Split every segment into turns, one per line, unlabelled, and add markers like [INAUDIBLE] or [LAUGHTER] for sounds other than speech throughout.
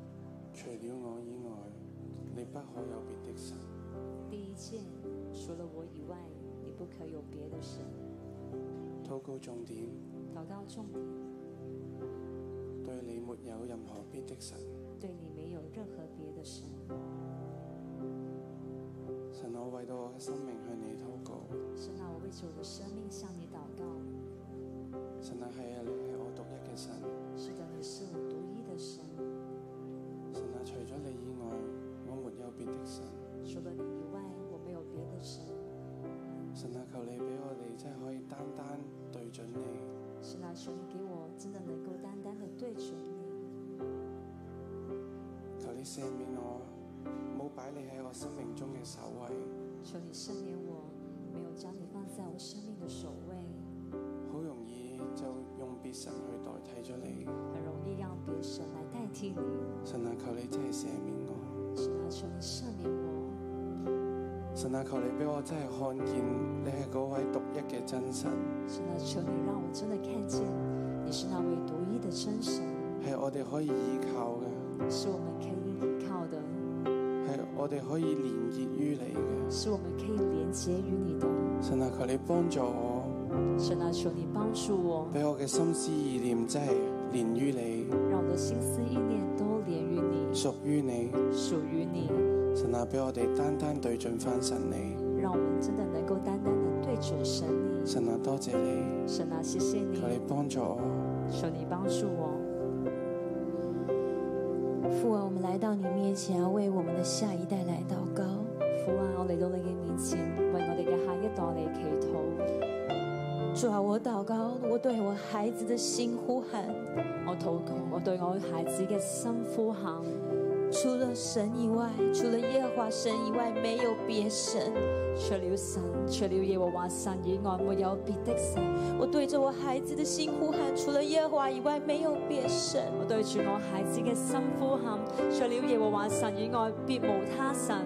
除了我以外，你不可有別的神。
第一件，除了我以外，你不可有别的神。
禱告重點，
祷告重点，
對你沒有任何別的神。
对你没有任何别的神。
神，我為到我嘅生命向你禱告。
神啊，我为着我的生命向你祷告。
神啊，係啊，你係我獨一嘅神。
是的，你是我独一的神，
神啊，除咗你以外，我沒有別的神。
除了你以外，我没有别的神。
神啊，求你俾我哋真係可以單單對準你，
神啊，求你给我真的能够单单的对准你，
求你赦免我，冇擺你喺我生命中嘅首位，
求你赦免我，没有将你放在我生命的首位，
好容易就用別神去代替咗你。
很容易让别神来代替你。
神啊，求你真係赦免我。
神啊，求你赦免我，
神啊，求你俾我真係看見你係嗰位獨一嘅真神，
神啊，求你让我真的看见你是那位独一的真神，
係我哋可以依靠嘅，
是我们可以依靠的，
係我哋可以連結於你嘅。
是我们可以连接于你的。
神啊，求你幫助我，
神啊，求你帮助我，
俾我嘅心思意念真係連於你，
让我的心思意念都连于你，
屬於你。
属于你。
神啊，俾我哋單單對準翻神你。
让我们真的能够单單的对准神你。
神啊，多謝你，
神啊，谢谢你
求，你幫助我。
求你帮助我。
父啊，我们来到你面前，要为我们的下一代来祷告。
父啊，我嚟到你嘅面前，为我哋嘅下一代嚟祈禱。
主啊，我祷告，我对我孩子的心呼喊，
我禱告，我對我孩子嘅心呼喊，
除了神以外，除了耶和华神以外，没有别神。
除了神，除了耶和華神以外，沒有別的神。
我对着我孩子的心呼喊，除了耶和华以外，没有别神。
我對住我孩子嘅心呼喊，除了耶和華神以外，別無他神。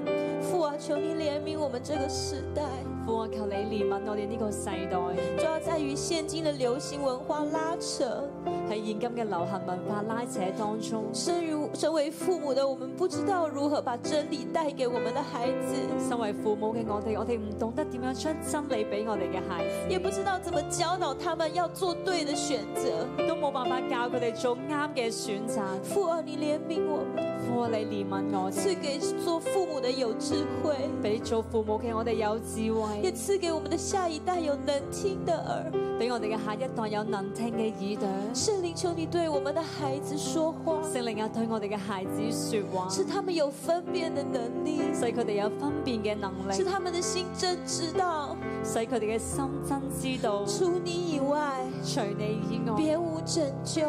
父啊，求你怜悯我们这个时代。
父啊，求你憐憫我哋呢個世代，
主要啊在与现今的流行文化拉扯，
喺現今嘅流行文化拉扯當中。
身如身为父母的我们，不知道如何把真理带给我们的孩子，
身為父母嘅我哋，我哋唔懂得點樣將真理俾我哋嘅孩子，
也不知道怎么教导他们要做对的选择。
亦都冇辦法教佢哋做啱嘅選擇。
父啊，你怜悯我们，
父啊，你憐憫我
赐
哋，
给做父母的有智慧，
俾做父母嘅我哋有智
也
慧，
赐给我们的下一代有能听的耳。
俾我哋嘅下一代有能聽嘅耳朵。
圣灵，求你对我们的孩子说话，
聖靈啊，對我哋嘅孩子說話，
使他们有分辨的能力，
使佢哋有分辨嘅能力
使，他们的心真知道，
使佢哋嘅心真知道，
除你以外，
除你以外，
别无拯救。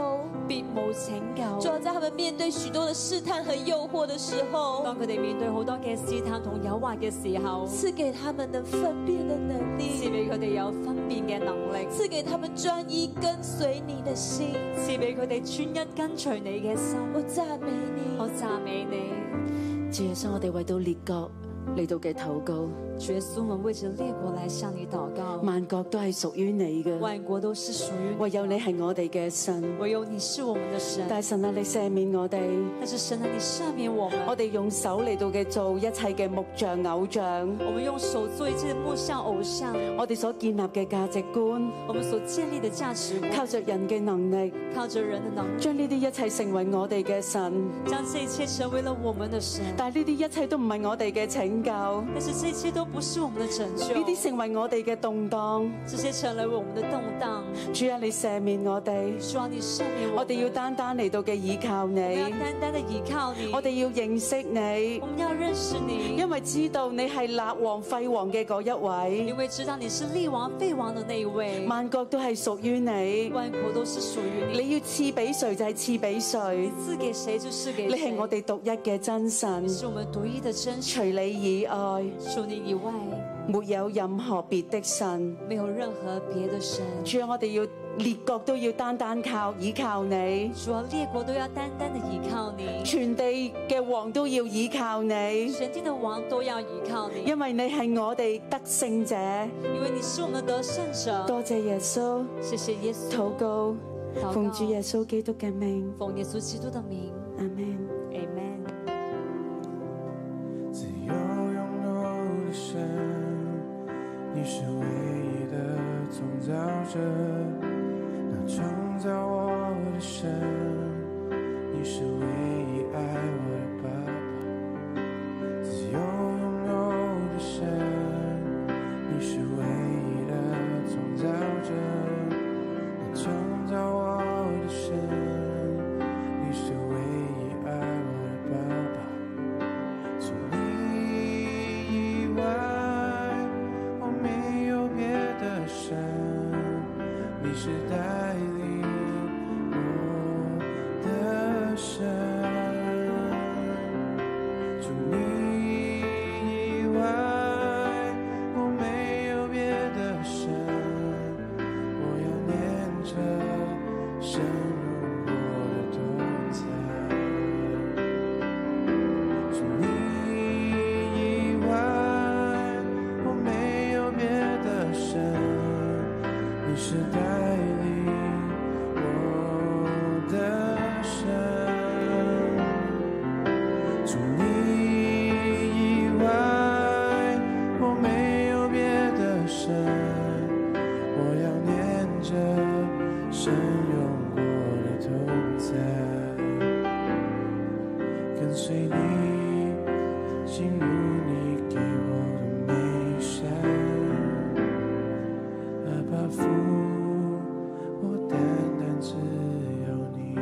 別無拯
主
救。
要在他们面对许多的试探和诱惑的时候，
當佢哋面對好多嘅試探同誘惑嘅時候，
赐给他们能分辨的能
賜
力，
俾佢哋有分辨嘅能力。
赐给他们专一跟随你的心。
赐俾佢哋專一跟隨你嘅心。
我赞美你，
我讚美你，
主耶穌，我哋為到列國嚟到嘅禱告，
主耶穌，我们为着列国来向你祷告，
萬國都係屬於你嘅，
万国都是属于你
唯有你，係我哋嘅神。
唯有你是我们的神。
大神啊，你赦免我哋，
但是神啊，你赦免我们，
我哋用手嚟到嘅做一切嘅木像偶像，
我们用手做一切的木像偶像，
我哋所建立嘅價值觀，
我们所建立的价值观，
靠着人嘅能力，
靠着人的能力，
將呢啲一切成為我哋嘅神。
将这一切成为了我们的神。
但係呢啲一切都唔係我哋嘅拯救，呢
但是这一切都不是我啊们的拯救，
啲成為我哋嘅動盪。
这些成了我们的动荡。
主啊，你赦免我哋，
主啊，你赦免我们
我哋要單單嚟到嘅倚靠你
我，们要单单的依靠你，
我哋要認識你
我。们要认识你，
因为知道你系立王废王嘅嗰一位，
因为知道你是立王废王的那一位，
万国都系属于你。
万国都是属于你，
你要赐俾谁就系赐俾谁，
赐给谁就是给
你
谁。
系我哋独一嘅真神
你，是我们独一的真神，
除你以外，
除你以外
没有任何别的神。
没有任何别的神。
主啊，我哋要列国都要单单靠倚靠你，
主要列国都要单单的依靠你，
全地嘅王都要倚靠你，
全地的王都要依靠你，
因为你系我哋得胜者。
因为你是我们的得胜者。
多谢耶稣，
谢谢耶稣，
祷告
祷告
奉主耶稣基督嘅名，
奉耶稣基督的名
阿门。
，Amen。
是唯一的创造者，那创造我的神，你是唯一爱我的爸爸，自由拥有的神，你是唯一的创造者，那创造我的神，你是唯一爱我的爸爸。除你以外，我没有别的神。你是带领我的神。除你以外，我没有别的神。我要念着神我的同在。除你以外，我没有别的神。你是带领我的神。除你以外，我没有别的神。我要念着神用过的同在。跟随你，进入你给我的每扇。哪怕负我单单只有你。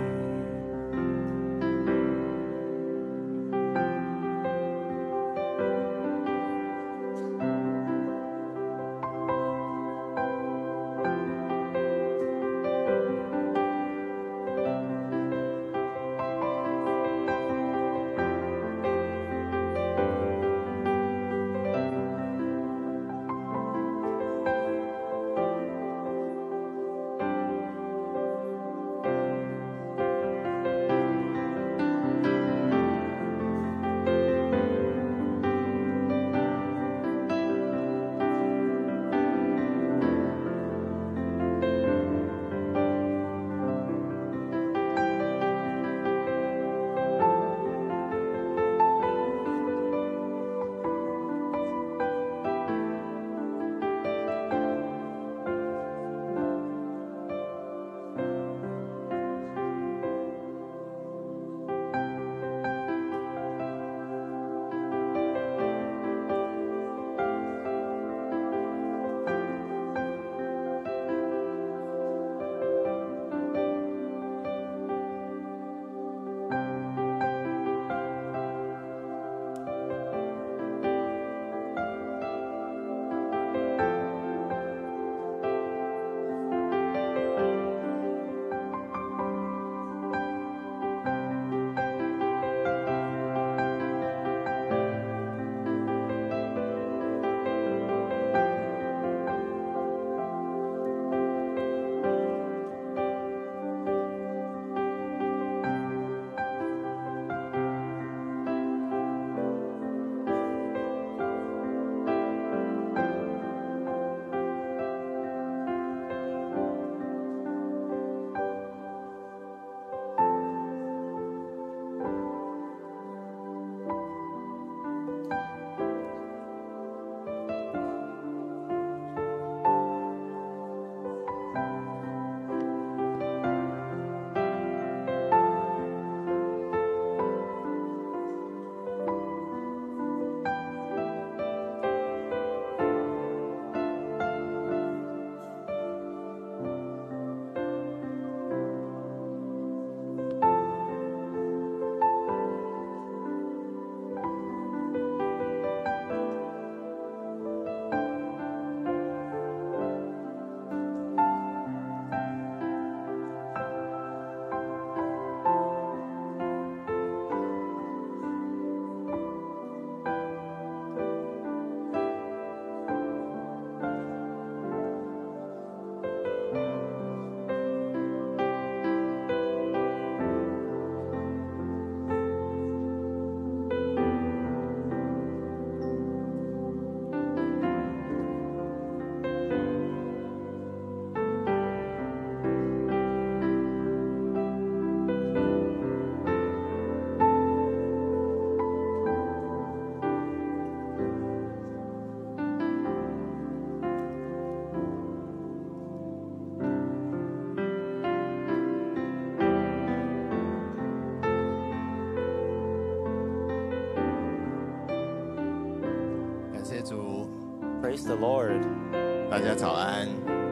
Praise the Lord.
大家早安，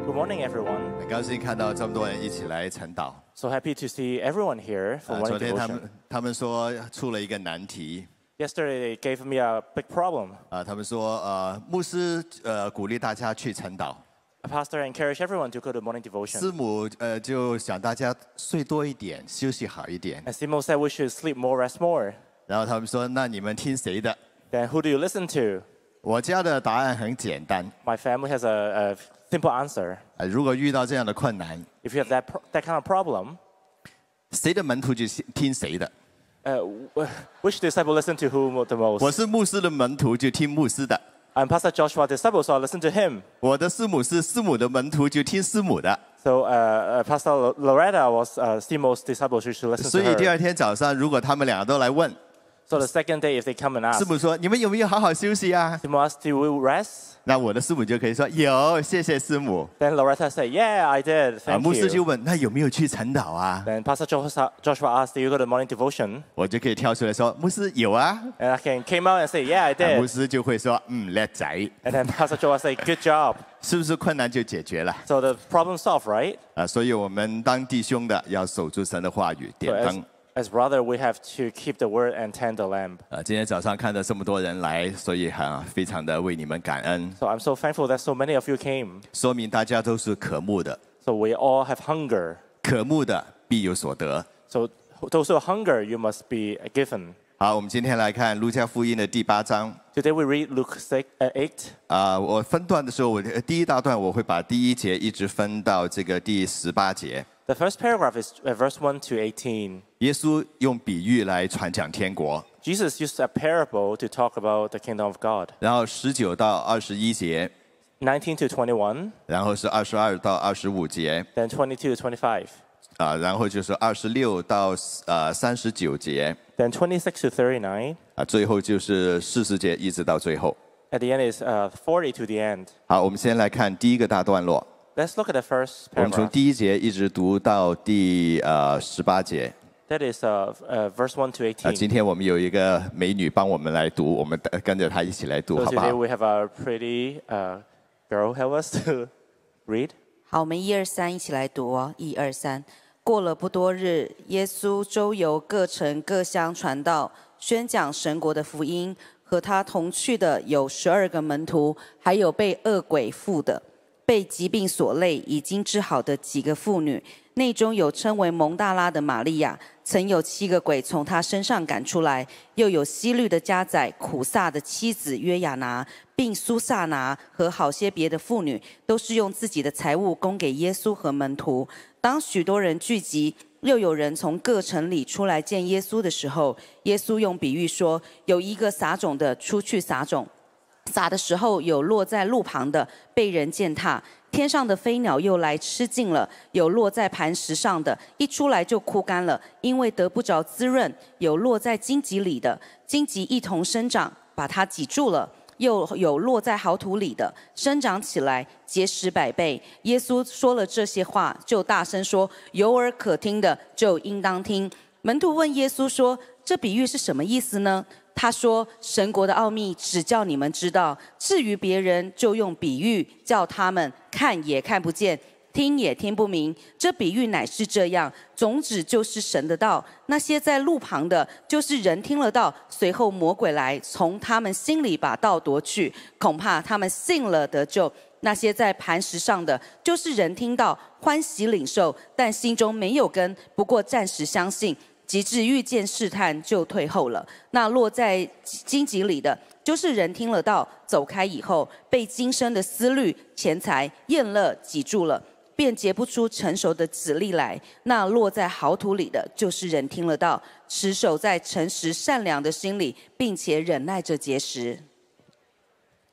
Good morning, everyone.
很高兴看到这么多人一起来晨祷。
So happy to see everyone here for
啊
morning
昨天他
devotion.
们他们说出了一个难题，
Yesterday they gave me a big problem.
啊，他们说呃，牧师呃鼓励大家去晨祷，
A pastor encouraged everyone to go to morning devotion.
师母呃就想大家睡多一点，休息好一点。
And Simo said we should sleep more, rest more.
然后他们说，那你们听谁的？
Then who do you listen to?
我家的答案很简单，
My family has a, a simple answer.
呃，如果遇到这样的困难，
If you have that, pro- that kind of problem,
谁的门徒就听谁的。
uh, wh- which disciple listen to whom the most?
我是牧师的门徒，就听牧师的；
I'm Pastor Joshua disciple, so I listen to him.
我的师母是师母的门徒，就听师母的。
So uh, uh, Pastor Lo- Loretta was uh, Simo's disciple, she should listen
所
to
以第
her.
二天早上，如果他们两个都来问，
So the second day, if they come and ask,
师母说：“你们有没有好好休息啊
Simo asked, do we rest?？”
那我的师母就可以说：“有，谢谢师母。
Then Loretta said, yeah, I did, ”
啊，
thank
牧师就
you.
问：“那有没有去晨祷啊
Then Pastor Joshua Joshua asked, do you go to morning devotion?？”
我就可以跳出来说：“牧师有啊。
And I can, came out and said, yeah, I
啊”牧
did.
师就会说：“嗯，叻仔，
And then Pastor Joshua said, good job.
是不是困难就解决了
So the problem solved, right?
啊？”所以我们当弟兄的要守住神的话语，点
So as,
灯。
as brother, we have to keep the word and tend the lamp.
啊，今天早上看到这么多人来，所以哈、非常的为你们感恩，
So I'm so thankful that so many of you came.
说明大家都是渴慕的，
So we all have hunger.
渴慕的必有所得。
So those who hunger, you must be given.
好，我们今天来看路加福音的第八章。
Today we read Luke 6, uh, 8.
啊、我分段的时候，我呃第一大段我会把第一节一直分到这个第十八节。
The first paragraph is uh, verse 1 to 18.
耶稣用比喻来传讲天国，
Jesus used a parable to talk about the kingdom of God.
然后十九到二十一节，
19 to 21,
然后是二十二到二十五节，
then 22 to 25,
啊、然后就是二十六到呃三十九节，
then 26 to 39.
啊、最后就是四十节一直到最后。
At the end is uh, 40 to the end.
好，我们先来看第一个大段落，
Let's look at the first
我们从
paragraph.
第一节一直读到第呃十八节。
That is uh, uh, verse 1 to
啊、今
18.
天我们有一个美女帮我们来读，我们呃跟着她一起来读，
So
好不
today
好？
we have a pretty uh, girl help us to read.
好，我们一二三一起来读哦，一二三。过了不多日，耶稣周游各城各乡传道，宣讲神国的福音。和他同去的有十二个门徒，还有被恶鬼附的、被疾病所累、已经治好的几个妇女。内中有称为蒙大拉的玛利亚，曾有七个鬼从她身上赶出来；又有希律的家宰苦撒的妻子约雅拿，并苏萨拿和好些别的妇女，都是用自己的财物供给耶稣和门徒。当许多人聚集，又有人从各城里出来见耶稣的时候，耶稣用比喻说：有一个撒种的出去撒种。撒的时候有落在路旁的，被人践踏；天上的飞鸟又来吃尽了；有落在磐石上的，一出来就枯干了，因为得不着滋润；有落在荆棘里的，荆棘一同生长，把它挤住了。又有落在好土里的，生长起来，结实百倍。耶稣说了这些话，就大声说：“有耳可听的，就应当听。”门徒问耶稣说：“这比喻是什么意思呢？”他说：“神国的奥秘只叫你们知道，至于别人，就用比喻叫他们看也看不见，听也听不明。这比喻乃是这样，种子就是神的道。那些在路旁的，就是人听了道，随后魔鬼来，从他们心里把道夺去，恐怕他们信了得救。”那些在磐石上的，就是人听到欢喜领受，但心中没有根，不过暂时相信，及至遇见试探就退后了。那落在荆棘里的，就是人听了道走开以后，被今生的思虑、钱财、厌乐挤住了。便结不出成熟的籽粒来。那落在好土里的，就是人听了道，持守在诚实善良的心里，并且忍耐着结实。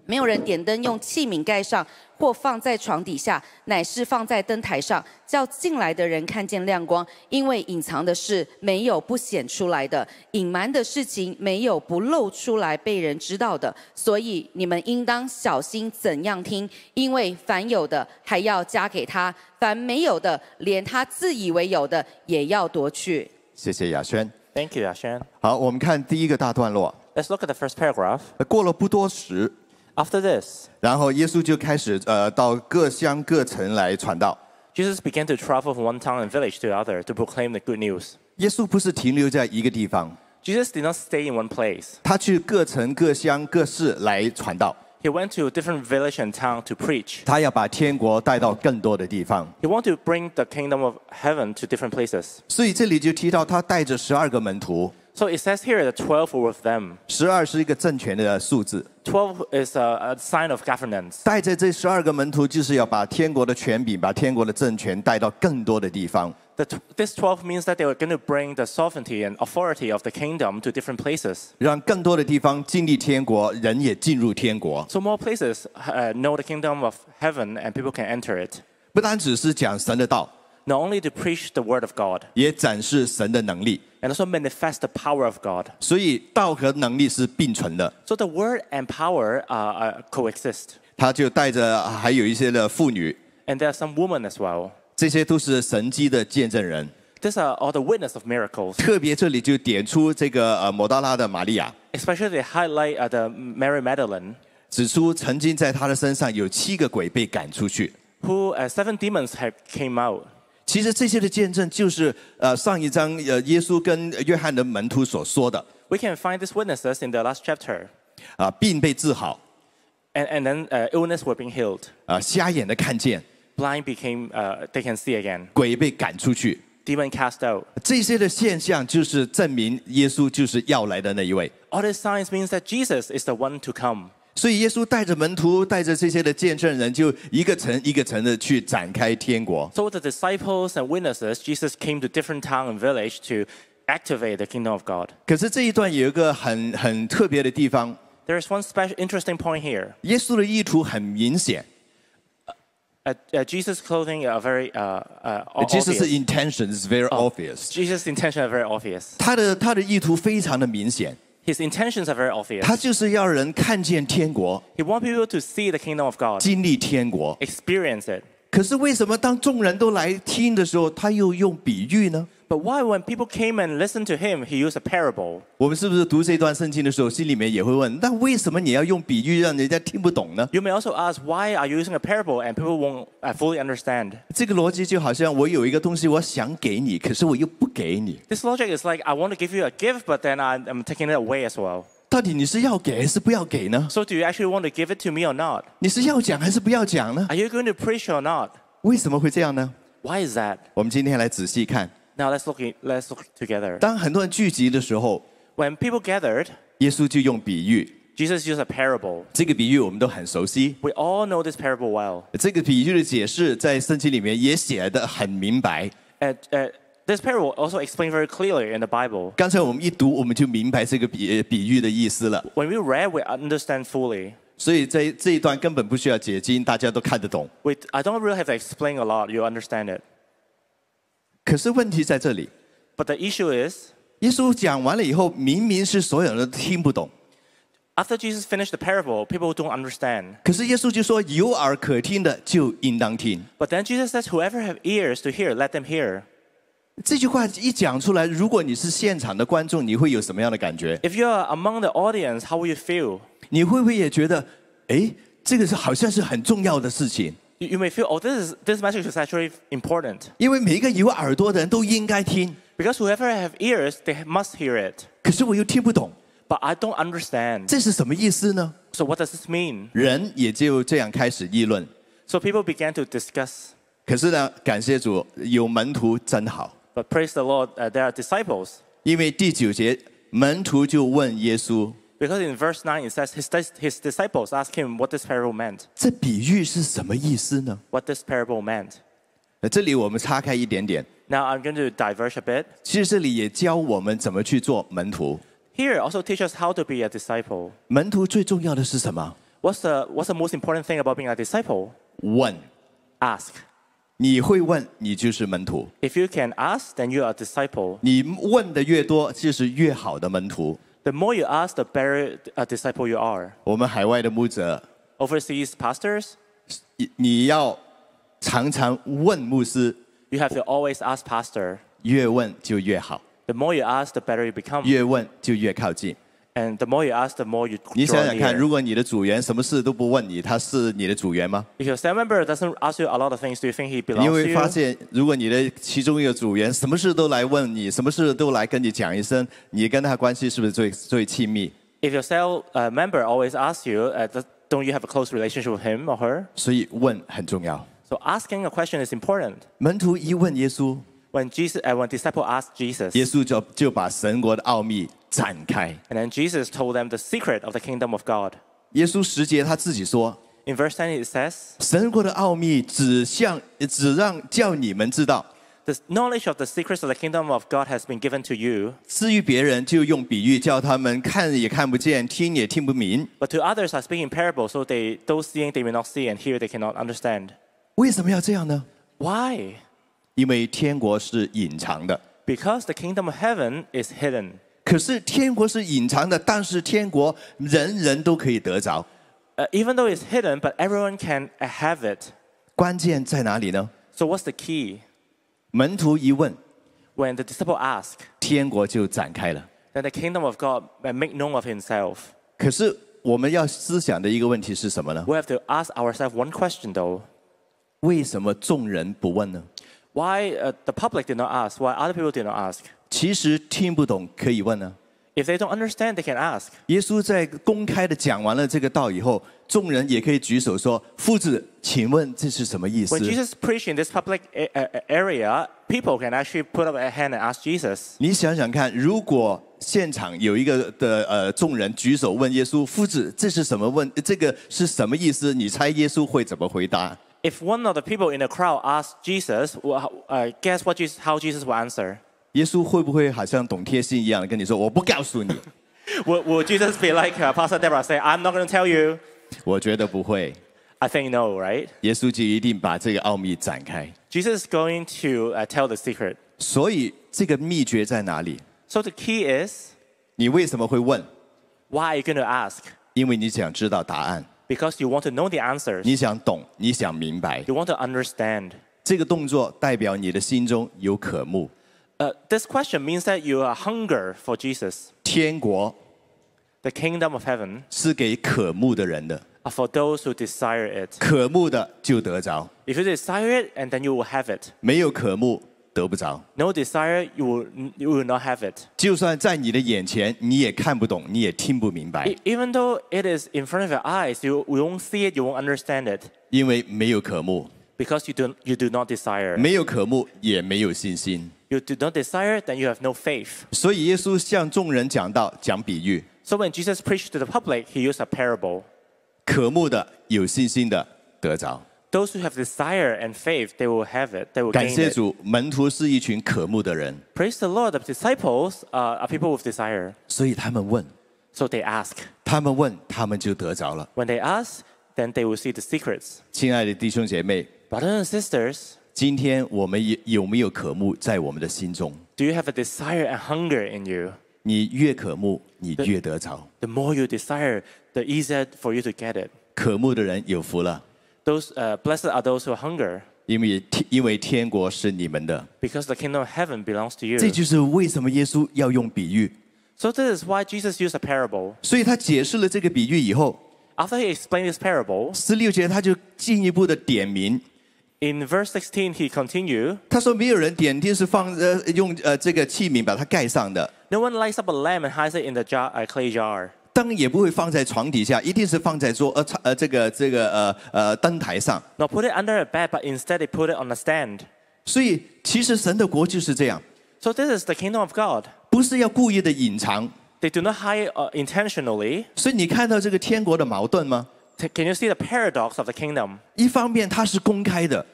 没有人点灯，用器皿盖上，或放在床底下，乃是放在灯台上，叫进来的人看见亮光。因为隐藏的事没有不显出来的，隐瞒的事情没有不露出来被人知道的。所以你们应当小心怎样听，因为凡有的还要加给他，凡没有的，连他自以为有的也要夺去。
谢谢雅轩。
Thank you, Ashan.
好，我们看第一个大段落。
Let's look at the first paragraph.
呃过了不多时，
After this,
然后耶稣就开始呃到各乡各城来传道。
Jesus began to travel from one town and village to the other to proclaim the good news.
耶稣不是停留在一个地方，
Jesus did not stay in one place.
他去各城各乡各市来传道，
He went to different village and town to preach.
他要把天国带到更多的地方。
He wanted to bring the kingdom of heaven to different places.
所以这里就提到他带着十二个门徒，
So it says here that 12 were with them.
十二是一个正权的数字，
12 is a, a sign of governance.
带着这十二个门徒就是要把天国的权柄、把天国的政权带到更多的地方。
The tw this 12 means that they were going to bring the sovereignty and authority of the kingdom to different places.
让更多的地方经历天国，人也进入天国。
So more places uh, know the kingdom of heaven and people can enter it.
不单只是讲神的道，
Not only to preach the word of God,
也展示神的能力。
and also manifest the power of God.
所以道和能力是并存的。
So the word and power uh, uh, coexist.
他就带着还有一些的妇女，
And there are some women as well.
这些都是神迹的见证人。
These are all the witness of miracles,
特别这里就点出这个呃摩大拉的玛利亚，
especially they highlight uh, the Mary Magdalene,
指出曾经在她的身上有七个鬼被赶出去。
who uh, seven demons had came out.
其实这些的见证就是呃上一章呃耶稣跟约翰的门徒所说的
We can find these witnesses in the last chapter.
啊、病被治好
And, and then uh, illness were being healed.
啊、瞎眼的看见，
Blind became, uh, they can see again.
鬼被赶出去，
Demon cast out.
这些的现象就是证明耶稣就是要来的那一位。
All these signs means that Jesus is the one to come.
所以耶稣带着门徒，带着这些的见证人，就一个城一个城的去展开天国。
So the disciples and witnesses, Jesus came to different town and village to activate the kingdom of God.
可是这一段有一个很很特别的地方，
There is one special interesting point here.
耶稣的意图很明显，
Uh, uh, Jesus' clothing are very uh, uh, o-
其实是
obvious.
intention is very obvious。
Jesus' intention are very obvious.
他的他的意图非常的明显，
His intentions are very obvious.
他就是要人看见天国，
He wants people to see the kingdom of God,
经历天国。
experience it.
可是为什么当众人都来听的时候，他又用比喻呢？
But why, when people came and listened to him, he used a parable?
我们是不是读这段圣经的时候，心里面也会问：那为什么你要用比喻让人家听不懂呢？
You may also ask, why are you using a parable and people won't uh, fully understand?
这个逻辑就好像我有一个东西，我想给你，可是我又不给你，
This logic is like, I want to give you a gift, but then I'm, I'm taking it away as well.
到底你是要给还是不要给呢？
So do you actually want to give it to me or not?
你是要讲还是不要讲呢？
Are you going to preach or not?
为什么会这样呢？
Why is that?
我们今天来仔细看，
Now let's look, i- let's look together.
当很多人聚集的时候，
When people gathered,
耶稣就用比喻，
Jesus used a parable.
这个比喻我们都很熟悉。
We all know this parable well.
这个比喻的解释在圣经里面也写得很明白。
And, uh, this parable also explained very clearly in the Bible.
刚才我们一读，我们就明白这个比呃比喻的意思了。
When we read, we understand fully.
所以这这一段根本不需要解经，大家都看得懂。
We, I don't really have to explain a lot. You understand it.
可是问题在这里，
But the issue is,
耶稣讲完了以后，明明是所有人都听不懂。
after Jesus finished the parable, people don't understand.
可是耶稣就说：“有耳可听的就应当听。
But then Jesus says, whoever have ears to hear, let them hear. ”
这句话一讲出来，如果你是现场的观众，你会有什么样的感觉？
If you're among the audience, how will you feel?
你会不会也觉得，哎，这个是好像是很重要的事情？
You, you may feel, oh, this, is, this message is actually important.
因为每一个有耳朵的人都应该听，
Because whoever have ears, they must hear it.
可是我又听不懂，
But I don't understand.
这是什么意思呢？
So what does this mean?
人也就这样开始议论。
So people began to discuss.
可是呢，感谢主，有门徒真好，
But praise the Lord, uh, there are disciples.
因为第九节门徒就问耶稣
Because in verse 9 it says, his, dis- his disciples asked him what this parable meant.：“
这比喻是什么意思呢
What this parable meant.？”
呃这里我们岔开一点点，
Now I'm going to diverge a bit.
其实这里也教我们怎么去做门徒。
Here also teach us how to be a disciple.
门徒最重要的是什么？
What's the, what's the most important thing about being a disciple?
问。
Ask.
你会问，你就是门徒。
If you can ask, then you are a disciple.
你问的越多，就是越好的门徒。
The more you ask, the better a disciple you are.
我们海外的牧者，
Overseas pastors,
你你要常常问牧师，
you have to always ask pastor.
越问就越好，
The more you ask, the better you become.
越问就越靠近。
And the more you ask, the more you
你想
draw
想看，如
near.
果你的组员什么事都不问你，他是你的组员吗？
If your staff member doesn't ask you a lot of things, do you think
你
he belongs
会发
to you?
现，如果你的其中一个组员什么事都来问你，什么事都来跟你讲一声，你跟他关系是不是最最亲密？
If your cell uh, member always asks you, uh, th- don't you have a close relationship with him or her?
所以问很重要。
So asking a question is important.
门徒一问耶稣，
When Jesus, uh, when disciple asked Jesus,
耶稣就就把神国的奥秘展开。
and then Jesus told them the secret of the kingdom of God.
耶稣十节他自己说，
In verse 10 it says,
神国的奥秘只向只让叫你们知道，
The knowledge of the secrets of the kingdom of God has been given to you,
至于别人就用比喻叫他们看也看不见，听也听不明。
but to others I speak in parables, so they those seeing they may not see, and hear they cannot understand.
为什么要这样呢？
Why?
因为天国是隐藏的。
Because the kingdom of heaven is hidden.
可是天国是隐藏的，但是天国人人都可以得着。
Uh, even though it's hidden, but everyone can uh, have it.
关键在哪里呢？
So what's the key?
门徒一问，
When the disciple asks,
天国就展开了。
then the kingdom of God uh, make known of himself.
可是我们要思想的一个问题是什么呢？
We have to ask ourselves one question though.
为什么众人不问呢？
Why uh, the public did not ask? Why other people did not ask?
其实听不懂可以问呢、
If they don't understand, they can ask.
耶稣在公开的讲完了这个道以后，众人也可以举手说：“夫子，请问这是什么意思
When？Jesus preached in this public a- a- a- area, people can actually put up a hand and ask Jesus.
你想想看，如果现场有一个的呃众人举手问耶稣：“夫子，这是什么问？这个是什么意思？”你猜耶稣会怎么回答？
If one of the people in the crowd asked Jesus, wh- how- uh, guess what Jesus, how Jesus will answer?
耶稣会不会好像懂贴心一样跟你说：“我不告诉你
Will, will Jesus be like uh, Pastor Deborah say, I'm not going to tell you? ”
我觉得不会， [LAUGHS]
I think no, right?
耶稣就一定把这个奥秘展开。
Jesus is going to uh, tell the secret.
所以这个秘诀在哪里？
So the key is,
你为什么会问？
why are you going to ask?
因为你想知道答案，
Because you want to know the answers.
你想懂，你想明白。
You want to understand.
这个动作代表你的心中有渴慕。
Uh, this question means that you are hunger for Jesus.
天国
The kingdom of heaven
是给渴慕的人的，
are for those who desire it.
渴慕的就得着，
If you desire it, and then you will have it.
没有渴慕得不着。
No desire, you will, you will not have it.
就算在你的眼前，你也看不懂，你也听不明白
E-，even though it is in front of your eyes, you, you won't see it, you won't understand it.
因为没有渴慕，
Because you do, you do not desire.
没有渴慕也没有信心。
You do not desire, then you have no faith.
所以耶稣向众人讲道，讲比喻，
So when Jesus preached to the public, he used a parable.
渴慕的、有信心的得着。
Those who have desire and faith, they will have it. They will
感
gain
谢
it.
主，门徒是一群渴慕的人，
Praise the Lord. The disciples uh, are people with desire,
所以他们问，
so they ask.
他们问，他们就得着了。
When they ask, then they will see the secrets.
亲爱的弟兄姐妹，
Brothers and sisters,
今天我们有有没有渴慕在我们的心中？
do you have a desire and hunger in you?
你越渴慕，你越得着。
The more you desire, the easier for you to get it.
渴慕的人有福了，
Those uh, blessed are those who hunger,
因为天因为天国是你们的。
because the kingdom of heaven belongs to you.
这就是为什么耶稣要用比喻。
So this is why Jesus used a parable.
所以他解释了这个比喻以后，
After he explained this parable,
十六节他就进一步的点名，
in verse 16 he continued,
他说没有人点滴是放呃用呃这个器皿把它盖上的，
No one lights up a lamp and hides it in the jar, uh, clay jar.
灯也不会放在床底下，一定是放在桌呃呃这个这个呃呃灯台上。
Nor put it under a bed, but instead they put it on a stand.
所以其实神的国就是这样，
So this is the kingdom of God.
不是要故意的隐藏。
They do not hide it, uh, intentionally.
所以你看到这个天国的矛盾吗？
T- Can you see the paradox of the kingdom?
一方面它是公开的，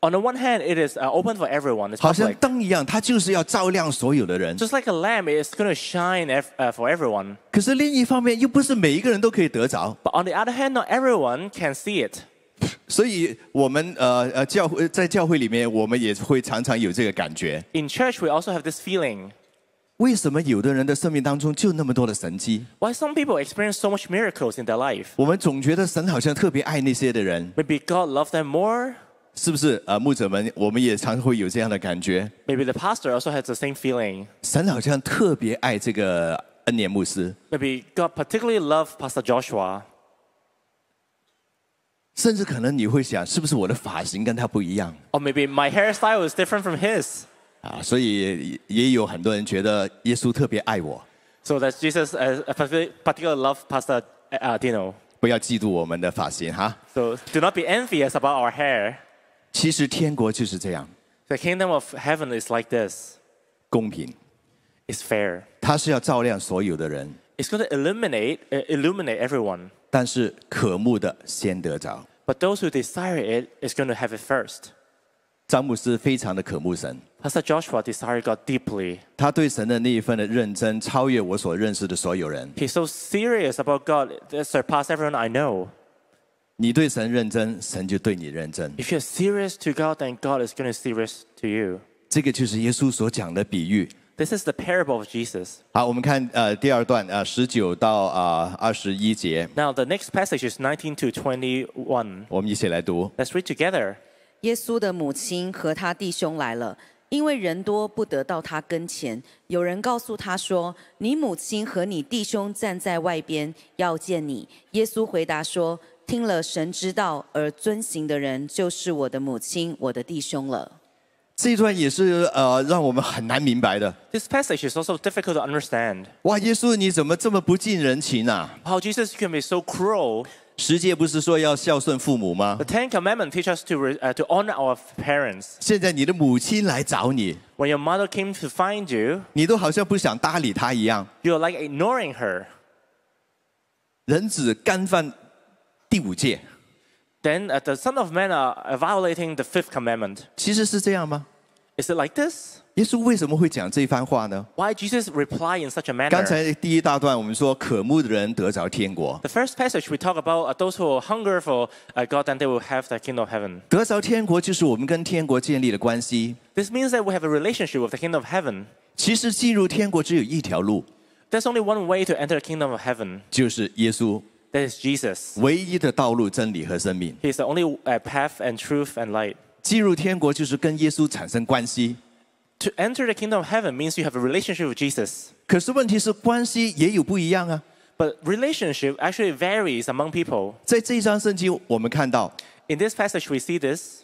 On the one hand, it is uh, open for everyone. It's
好像
public.
灯一样，它就是要照亮所有的人。
Just like a lamp, it's going to shine ev- uh, for everyone.
可是另一方面，又不是每一个人都可以得着。
But on the other hand, not everyone can see it.
所以我们呃呃教会在教会里面，我们也会常常有这个感觉：
In church, we also have this feeling.
为什么有的人的生命当中就那么多的神迹？
Why some people experience so much miracles in their life?
我们总觉得神好像特别爱那些的人，
Maybe God loved them more.
是不是？呃，牧者们，我们也常会有这样的感觉：
Maybe the pastor also has the same feeling.
神好像特别爱这个恩年牧师，
Maybe God particularly loved Pastor Joshua.
甚至可能你会想，是不是我的发型跟他不一样
Or maybe my hairstyle is different from his.
啊？所以也也有很多人觉得耶稣特别爱我。
So that Jesus uh, particularly particularly loved Pastor uh, Dino.
不要嫉妒我们的发型哈。
So do not be envious about our hair.
其实天国就是这样，
The kingdom of heaven is like this.
公平，
It's fair.
它是要照亮所有的人，
It's going to illuminate uh, illuminate everyone.
但是渴慕的先得着。
But those who desire it is going to have it first.
詹姆斯非常的渴慕神，
Pastor Joshua desired God deeply.
他对神的那一份的认真，超越我所认识的所有人。
He's so serious about God that surpassed everyone I know.
你对神认真，神就对你认真。
If you're serious to God, then God is going to be serious to you.
这个就是耶稣所讲的比喻。
This is the parable of Jesus.
好，我们看呃第二段呃十九到啊二十一节，
Now, the next passage is 19 to 21.
我们一起来读。
Let's read together.
耶稣的母亲和他弟兄来了，因为人多不得到他跟前。有人告诉他说：“你母亲和你弟兄站在外边，要见你。”耶稣回答说：“听了神之道而遵行的人，就是我的母亲，我的弟兄了。
这一段也是呃让我们很难明白的。
This passage is also difficult to understand.
哇，耶稣你怎么这么不近人情啊？
How Jesus can be so cruel.
十诫不是说要孝顺父母吗
The？Ten Commandments teach us to, re- uh, to honor our parents.
现在你的母亲来找你，
When your mother came to find you,
你都好像不想搭理她一样。
you're like ignoring her.
人子干犯第五戒，
Then uh, the Son of Man are uh, violating the fifth commandment.
其实是这样吗？
Is it like this?
耶稣为什么会讲这番话呢？
Why Jesus reply in such a manner?
刚才第一大段我们说，渴慕的人得着天国，
The first passage we talk about are those who hunger for uh, God, then they will have the kingdom of heaven.
得着天国就是我们跟天国建立的关系。
This means that we have a relationship with the kingdom of heaven.
其实进入天国只有一条路，
There's only one way to enter the kingdom of heaven.
就是耶稣
That is Jesus.
唯一的道路、真理和生命。
He is the only uh, path and truth and light.
进入天国就是跟耶稣产生关系。
To enter the kingdom of heaven means you have a relationship with Jesus.
可是问题是，关系也有不一样啊。
But relationship actually varies among people.
在这一章圣经，我们看到
In this passage, we see this.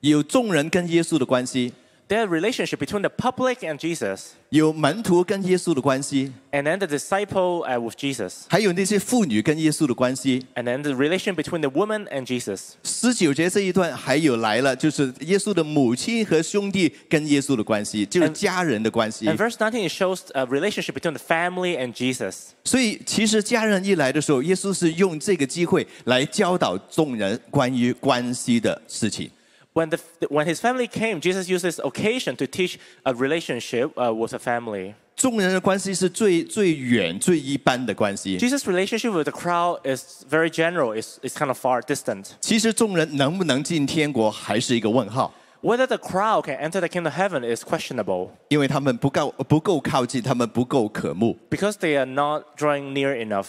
有众人跟耶稣的关系，
There are relationship between the public and Jesus,
有门徒跟耶稣的关系，
and then the disciple uh, with Jesus,
还有那些妇女跟耶稣的关系。
and then the relation between the woman and Jesus.
十九节这一段还有来了，就是耶稣的母亲和兄弟跟耶稣的关系，就是家人的关系
And。verse 19 it shows a relationship between the family and Jesus.
所以其实家人一来的时候，耶稣是用这个机会来教导众人关于关系的事情。
When, the, when his family came, Jesus used this occasion to teach a relationship uh, with a family.
众人的关系是最最远、最一般的关系。
Jesus' relationship with the crowd is very general, it's, it's kind of far distant.
其实众人能不能进天国还是一个问号，
Whether the crowd can enter the kingdom of heaven is questionable
因为他们不够不够靠近，他们不够渴慕。
because they are not drawing near enough.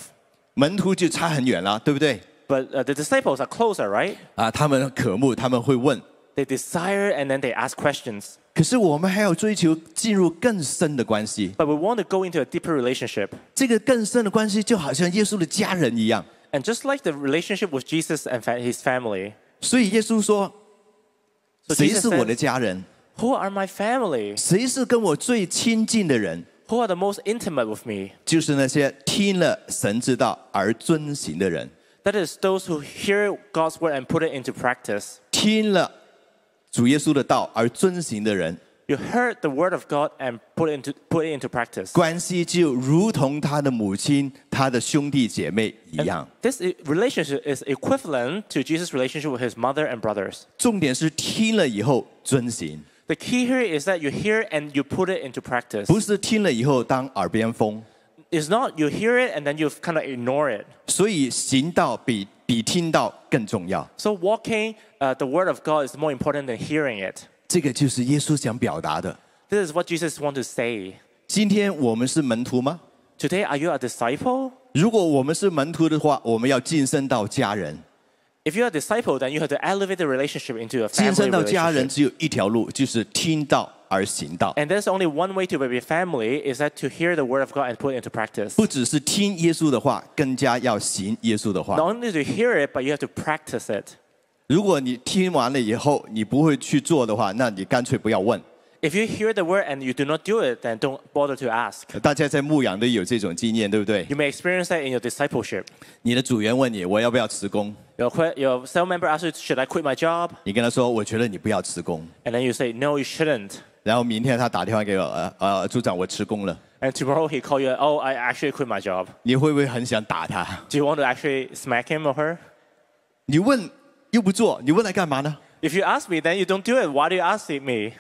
门徒就差很远了，对不对？
But uh, the disciples are closer, right?
啊，他们渴慕，他们会问。
They desire and then they ask questions.
可是我们还要追求进入更深的关系，
But we want to go into a deeper relationship.
这个更深的关系就好像耶稣的家人一样。
And just like the relationship with Jesus and fa- his family,
所以耶稣说：“
so
谁
Jesus
是我的
said,
家人？
Who are my family?
谁是跟我最亲近的人？
Who are the most intimate with me?
就是那些听了神之道而遵行的人，
That is those who hear God's word and put it into practice.
听了主耶稣的道而遵行的人，
You heard the word of God and put it into put it into practice.
关系就如同他的母亲、他的兄弟姐妹一
And
样。
This i- relationship is equivalent to Jesus' relationship with his mother and brothers.
重点是听了以后遵行，
The key here is that you hear and you put it into practice.
不是听了以后当耳边风。
It's not you hear it and then you kind of ignore it.
所以行道比比听到更重要。
So walking uh, the word of God is more important than hearing it.
这个就是耶稣想表达的。
This is what Jesus wants to say.
今天我们是门徒吗？
Today, are you a disciple?
如果我们是门徒的话，我们要晋升到家人。
If you're a disciple, then you have to elevate the relationship into a
晋
family
升到家人
relationship.
只有一条路，就是听到而行道，
And there's only one way to be a family is that to hear the word of God and put it into practice.
不只是听耶稣的话，更加要行耶稣的话
Not。only to hear it, but you have to practice it.
如果你听完了以后你不会去做的话，那你干脆不要问。
If you hear the word and you do not do it, then don't bother to ask.
大家在牧羊都有这种经验，对不对
You？may experience that in your discipleship.
你的组员问你我要不要辞工，
Your, que- your cell member asks you, should I quit my job?
你跟他说我觉得你不要辞工，
And then you say, no, you shouldn't.
然后明天他打电话给我，呃呃，组长我辞工了，
And tomorrow he call you, oh, I actually quit my job.
你会不会很想打他？
Do you want to actually smack him or her?
你问又不做，你问来干嘛呢？
If you ask me, then you don't do it. Why do you ask me?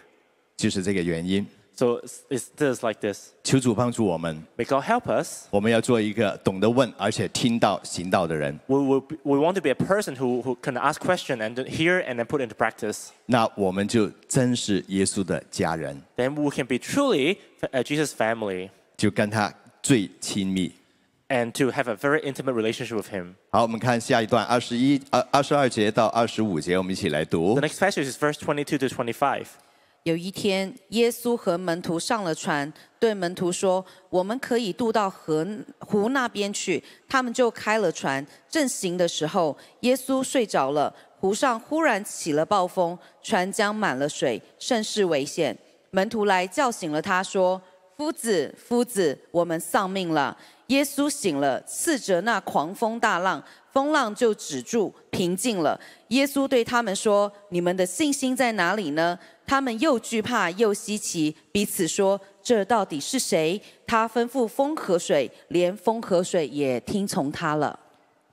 就是这个原因。
So it's, it's this like this.
求主帮助我们，
May God help us.
我们要做一个懂得问而且听到行道的人。
We, will be- we want to be a person who, who can ask question and then hear and then put into practice.
那我们就真是耶稣的家人，
Then we can be truly uh, Jesus' family
就跟他最亲密。
and to have a very intimate relationship with him.
好，我们看下一段二十一、二二十二节到二十五节，我们一起来
The
读。
next passage is verse 22 to 25.
有一天，耶稣和门徒上了船，对门徒说：“我们可以渡到河湖那边去。”他们就开了船，正行的时候，耶稣睡着了。湖上忽然起了暴风，船将满了水，甚是危险。门徒来叫醒了他，说：“夫子，夫子，我们丧命了。”耶稣醒了，斥责那狂风大浪，风浪就止住，平静了。耶稣对他们说：“你们的信心在哪里呢？”他们又惧怕又稀奇，彼此说：“这到底是谁？”他吩咐风和水，连风和水也听从他了。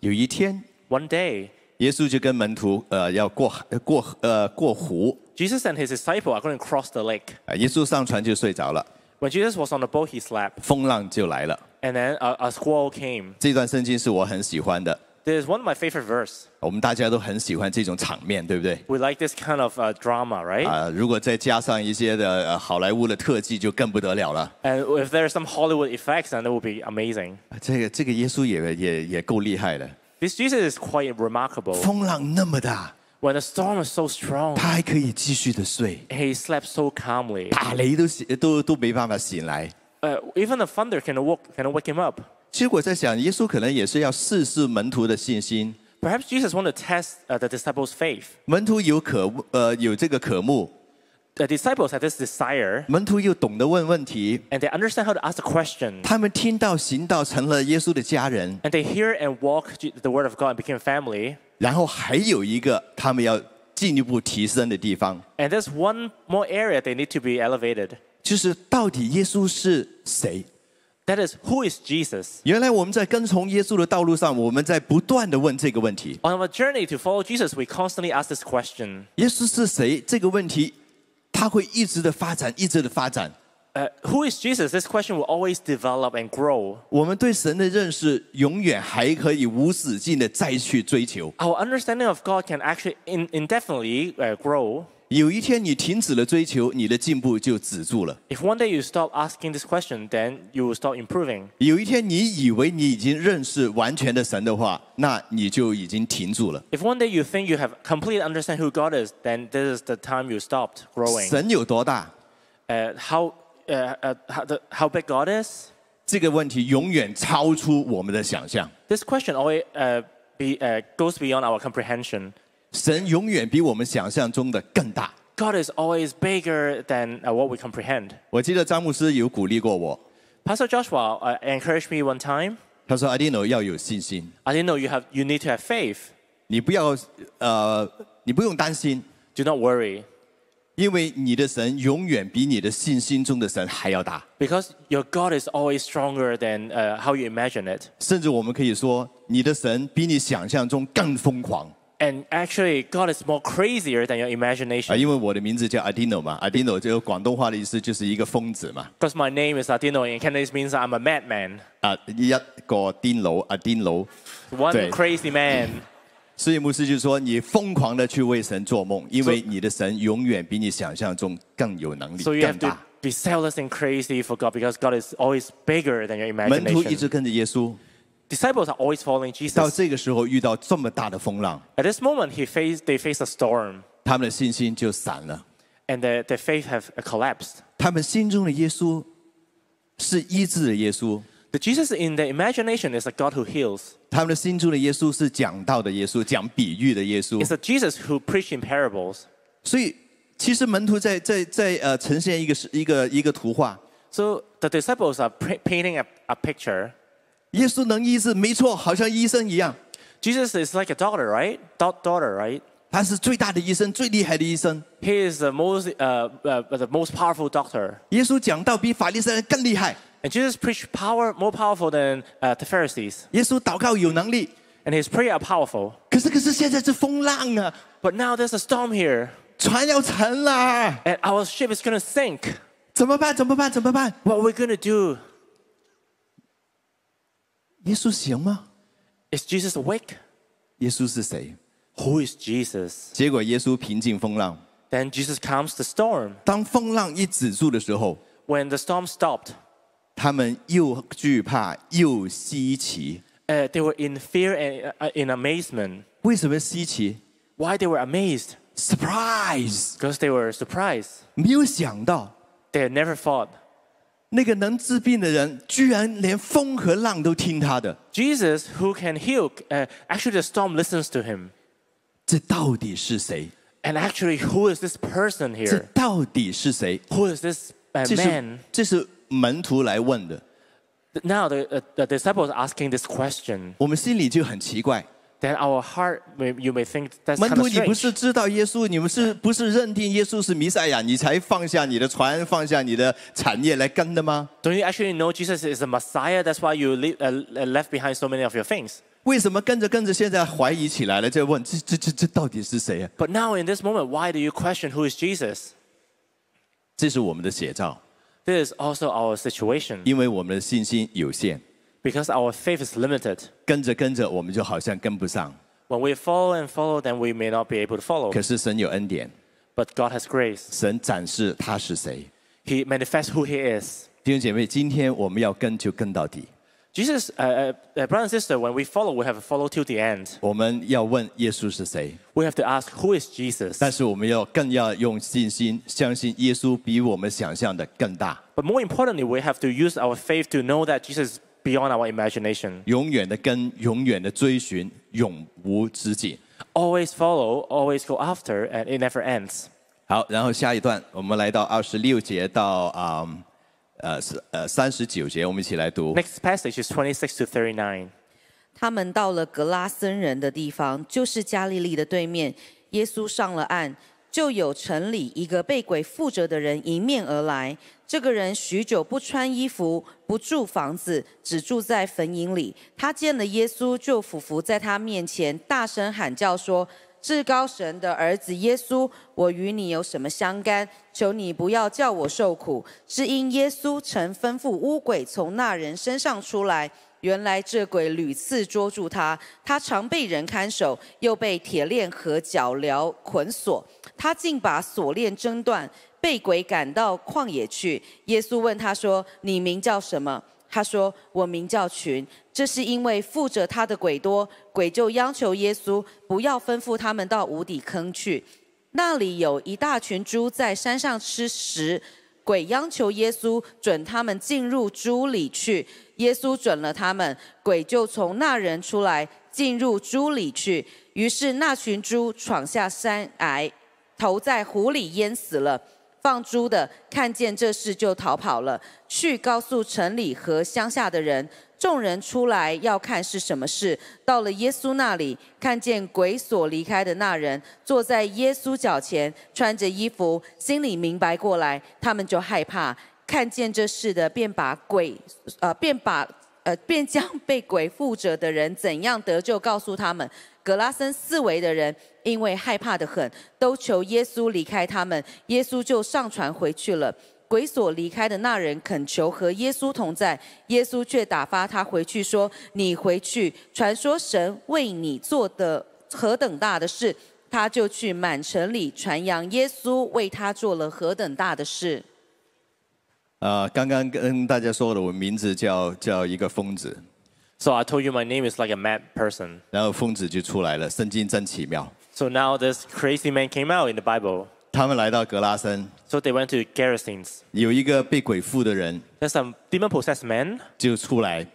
有一天，
One day,
耶稣就跟门徒呃要过海过呃过湖，
Jesus and his disciple are going to cross the lake.
呃耶稣上船就睡着了，
When Jesus was on the boat, he slept,
风浪就来了。
and then a, a squall came.
这段圣经是我很喜欢的，
There's one of my favorite verse.
我们大家都很喜欢这种场面，对不对？
We like this kind of uh, drama, right?
啊、如果再加上一些的、呃、好莱坞的特技，就更不得了了。
and if there's some Hollywood effects, then it would be amazing.
啊这个这个耶稣也也也够厉害的，
This Jesus is quite remarkable.
风浪那么大，
When the storm is so strong,
他还可以继续的睡，
he slept so calmly.
打雷都醒都都没办法醒来。
Uh, even the thunder can wake, can wake him up.
其实我在想，耶稣可能也是要试试门徒的信心，
Perhaps Jesus wanted to test uh, the disciples' faith.
门徒有渴呃有这个渴慕，
The disciples had this desire,
门徒又懂得问问题，
and they understand how to ask the question.
他们听到行道成了耶稣的家人，
And they hear and walk Je- the word of God and became family.
然后还有一个他们要进一步提升的地方，
And there's one more area they need to be elevated.
就是到底耶稣是谁？
That is, who is Jesus?
原来我们在跟从耶稣的道路上，我们在不断的问这个问题：
On our journey to follow Jesus, we constantly ask this question
耶稣是谁？这个问题，它会一直的发展，一直的发展。
uh, Who is Jesus? This question will always develop and grow.
我们对神的认识，永远还可以无止境的再去追求。
Our understanding of God can actually in- indefinitely uh, grow.
有一天你停止了追求，你的进步就止住了。
If one day you stop asking this question, then you will stop improving.
有一天你以为你已经认识完全的神的话，那你就已经停住了。
If one day you think you have completely understand who God is, then this is the time you stopped growing.
神有多大？
Uh, how, uh, uh, how, the, how big God is?
这个问题永远超出我们的想象。
This question always uh, be, uh, goes beyond our comprehension.
神永远比我们想象中的更大。
God is always bigger than uh, what we comprehend.
我记得张牧师有鼓励过我，
Pastor Joshua uh, encouraged me one time.
他说：“阿迪诺要有信心，
I didn't know you have you need to have faith.
你不要呃，你不用担心，
Do not worry,
因为你的神永远比你的信心中的神还要大。
because your God is always stronger than uh, how you imagine it.
甚至我们可以说，你的神比你想象中更疯狂。”
And actually, God is more crazier than your
啊，
imagination.
因为我的名字叫 Adino 嘛，Adino 这个广东话的意思就是一个疯子嘛。
Because my name is Adino, and in Cantonese means I'm a madman,
啊，一个癫佬啊，癫佬。
one
Right.
crazy man.
所以牧师就说，你疯狂的去为神做梦，因为你的神永远比你想象中更有能力、
So you
更
have to
大。
be zealous and crazy for God, because God is always bigger than your
门徒一直
imagination.
跟着耶稣，
Disciples are always following
到
Jesus.
这个时候遇到这么大的风浪，
At this moment, he faced, they faced a storm,
他们的信心就散了。
and their, their faith have uh, collapsed.
他们心中的耶稣是医治的耶稣，
The Jesus in their imagination is a God who heals.
他们的心中的耶稣是讲道的耶稣，讲比喻的耶稣
It's。a Jesus who preached in parables.
所以，其实门徒在在在呃呈现一个是一个一个图画，
So the disciples are pa- painting a, a picture.
耶稣能医治，没错，好像医生一样，
Jesus is like a daughter, right? Da- daughter, right?
他是最大的医生，最厉害的医生。
He is the most, uh, uh, the most powerful doctor.
耶稣讲道比法利赛人更厉害，
And Jesus preached power more powerful than uh, the Pharisees.
耶稣祷告有能力，
And his prayer are powerful.
可是可是现在是风浪啊，
But now there's a storm here,
船要沉啦，
and our ship is going to sink.
怎么办？怎么办？怎么办？
What are we going to do?
耶稣行吗？
Is Jesus awake?
耶稣是谁？
Who is Jesus?
结果耶稣平静风浪。
Then Jesus calms the storm.
当风浪一止住的时候，
When the storm stopped,
他们又惧怕又稀奇。
uh, they were in fear and uh, in amazement.
为什么稀奇
Why they were amazed?
？Surprise！
Because they were surprised.
没有想到
They had never thought.
那个能治病的人，居然连风和浪都听他的。
Jesus, who can heal, uh, actually the storm listens to him.
这到底是谁？
And actually, who is this person
这
here?
到底是谁？
Who is this uh,
这是
man?
这是门徒来问的，
Now the, uh, the disciples are asking this question.
我们心里就很奇怪。
Then our heart, may, you may think that's
门
kind
徒，
of
你不是
strange.
知道耶稣，你们是不是认定耶稣是弥赛亚，你才放下你的船，放下你的产业来跟的吗？
Don't you actually know Jesus is the Messiah? That's why you le- uh, uh, left behind so many of your things.
为什么跟着跟着现在怀疑起来了？就问这这这这到底是谁啊？
But now in this moment, why do you question who is Jesus?
这是我们的写照，
This is also our situation
因为我们的信心有限，
because our faith is limited.
跟着跟着我们就好像跟不上。
When we follow and follow, then we may not be able to follow.
可是神有恩典，
But God has grace.
神展示他是谁。
He manifests who He is.
弟兄姐妹，今天我们要跟就跟到底，
Jesus, uh, uh, uh, brother and sister, when we follow, we have to follow till the end.
我们要问耶稣是谁，
We have to ask, who is Jesus?
但是我们要更要用信心相信耶稣比我们想象的更大，
But more importantly, we have to use our faith to know that Jesus is beyond our imagination.
永远的跟，永远的追寻，永无止境。
Always follow, always go after, and it never ends.
好，然后下一段我们来到二十六节到啊、嗯呃是呃三十九节，我们一起来读。
Next passage is 26 to 39.
他们到了格拉森人的地方，就是加利利的对面。耶稣上了岸，就有城里一个被鬼附着的人迎面而来。这个人许久不穿衣服，不住房子，只住在坟茔里。他见了耶稣，就俯伏在他面前，大声喊叫说：“至高神的儿子耶稣，我与你有什么相干？求你不要叫我受苦。是因耶稣曾吩咐污鬼从那人身上出来。”原来这鬼屡次捉住他，他常被人看守，又被铁链和脚镣捆锁。他竟把锁链挣断，被鬼赶到旷野去。耶稣问他说：“你名叫什么？”他说：“我名叫群。”这是因为附着他的鬼多，鬼就央求耶稣不要吩咐他们到无底坑去。那里有一大群猪在山上吃食，鬼央求耶稣准他们进入猪里去。耶稣准了他们，鬼就从那人出来，进入猪里去。于是那群猪闯下山崖，投在湖里淹死了。放猪的看见这事就逃跑了，去告诉城里和乡下的人。众人出来要看是什么事，到了耶稣那里，看见鬼所离开的那人坐在耶稣脚前，穿着衣服，心里明白过来，他们就害怕。看见这事的，便把鬼，呃，便把呃， [LAUGHS] 便将被鬼附着的人怎样得救告诉他们。格拉森四围的人因为害怕的很，都求耶稣离开他们。耶稣就上船回去了。鬼所离开的那人恳求和耶稣同在，耶稣却打发他回去说：“你回去，传说神为你做的何等大的事。”他就去满城里传扬耶稣为他做了何等大的事。
呃，刚刚跟大家说了，我名字叫叫一个疯子，
So I told you my name is like a mad person.
然后疯子就出来了，圣经真奇妙。
So now this crazy man came out in the Bible.
他们来到格拉森，
So they went to Gerasenes.
有一个被鬼附的人
There's some demon possessed man.
就出来。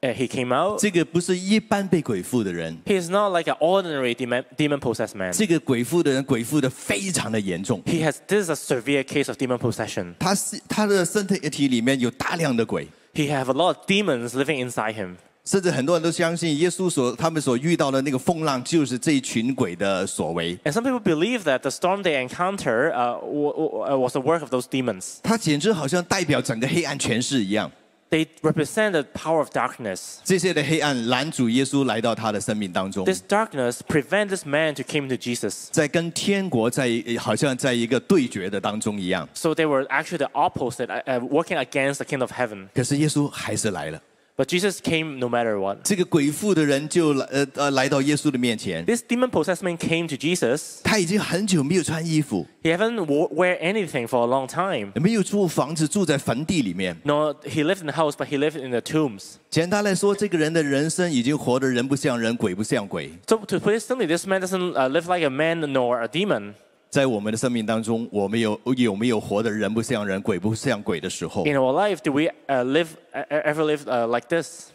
Uh, he came out.
这个不是一般被鬼附的人，
He is not like an ordinary demon, demon possessed man.
这个鬼附的人鬼附的非常的严重，
He has this is a severe case of demon possession.
他是他的身体体里面有大量的鬼，
He have a lot of demons living inside him.
甚至很多人都相信耶稣所他们所遇到的那个风浪就是这一群鬼的所为。
And some people believe that the storm they encounter uh, w- w- uh, was the work of those demons.
他简直好像代表整个黑暗权势一样，
They represent the power of darkness.
这些的黑暗拦阻耶稣来到他的生命当中，
This darkness prevent this man to came to Jesus.
在跟天国在好像在一个对决的当中一样。
So they were actually the opposite, uh, uh, working against the kingdom of heaven.
可是耶稣还是来了，
But Jesus came no matter what.
这个鬼附的人就来呃呃来到耶稣的面前，
This demon possessed man came to Jesus.
他已经很久没有穿衣服，
He haven't wo- wear anything for a long time.
没有住房子，住在坟地里面。
No, he lived in the house, but he lived in the tombs.
简单来说，这个人的人生已经活得人不像人，鬼不像鬼。
So to put it simply, this man doesn't uh, live like a man nor a demon.
在我们的生命当中，我们有有没有活得人不像人、鬼不像鬼的时候？
In our life, do we uh, live uh, ever live uh, like this?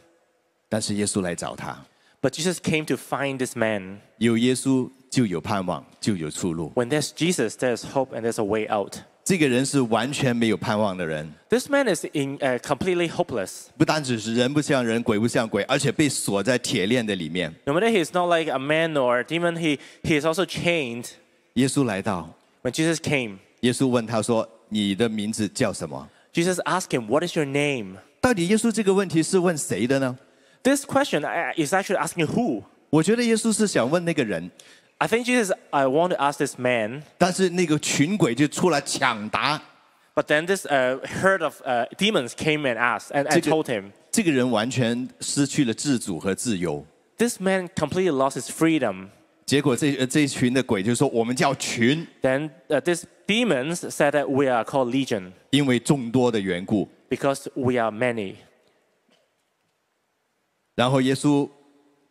但是耶稣来找他，
But Jesus came to find this man.
有耶稣就有盼望，就有出路。
When there's Jesus, there's hope and there's a way out.
这个人是完全没有盼望的人，
This man is in, uh, completely hopeless.
不单只是人不像人、鬼不像鬼，而且被锁在铁链的里面。
No matter he is not like a man or a demon, he, he is also chained.
耶稣来到，
When Jesus came,
耶稣问他说：“你的名字叫什么
Jesus asked him, What is your name?？”
到底耶稣这个问题是问谁的呢？
This question uh, is actually asking who.
我觉得耶稣是想问那个人，
I think Jesus, I want to ask this man,
但是那个群鬼就出来抢答。
but then this uh, herd of uh, demons came and asked and, and
Take it.
told him,
这个人完全失去了自主和自由。
This man completely lost his freedom.
结果这呃这一群的鬼就说：“我们叫群，
Then uh, these demons said that we are called legion
因为众多的缘故。
because we are many. ”
然后耶稣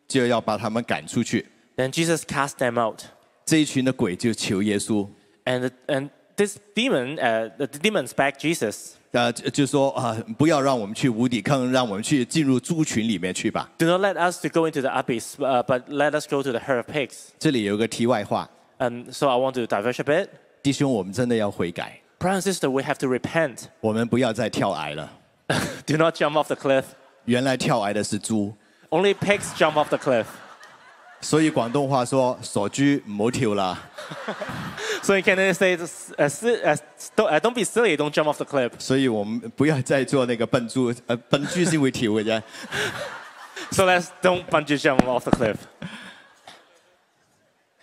就要把他们赶出去。
Then Jesus cast them out,
这一群的鬼就求耶稣，
and and this demon, uh, the demons begged Jesus,
呃，就就说啊、不要让我们去无底坑，让我们去进入猪群里面去吧。
do not let us to go into the abyss, uh, but let us go to the herd of pigs.
这里有一个题外话，
And so I want to diverge a bit.
弟兄，我们真的要悔改，
Brother and sister, we have to repent.
我们不要再跳崖了。
[LAUGHS] Do not jump off the cliff.
原来跳崖的是猪，
Only pigs jump off the cliff.
[LAUGHS] 所以广东话说傻猪唔好跳啦。
[LAUGHS] So you can say, uh, si- uh, don't, uh, don't be silly, don't jump off the cliff.
所以我们不要再做那个笨猪， [LAUGHS] 呃，笨猪先会跳嘅啫。
[LAUGHS] So let's don't bungee jump off the cliff.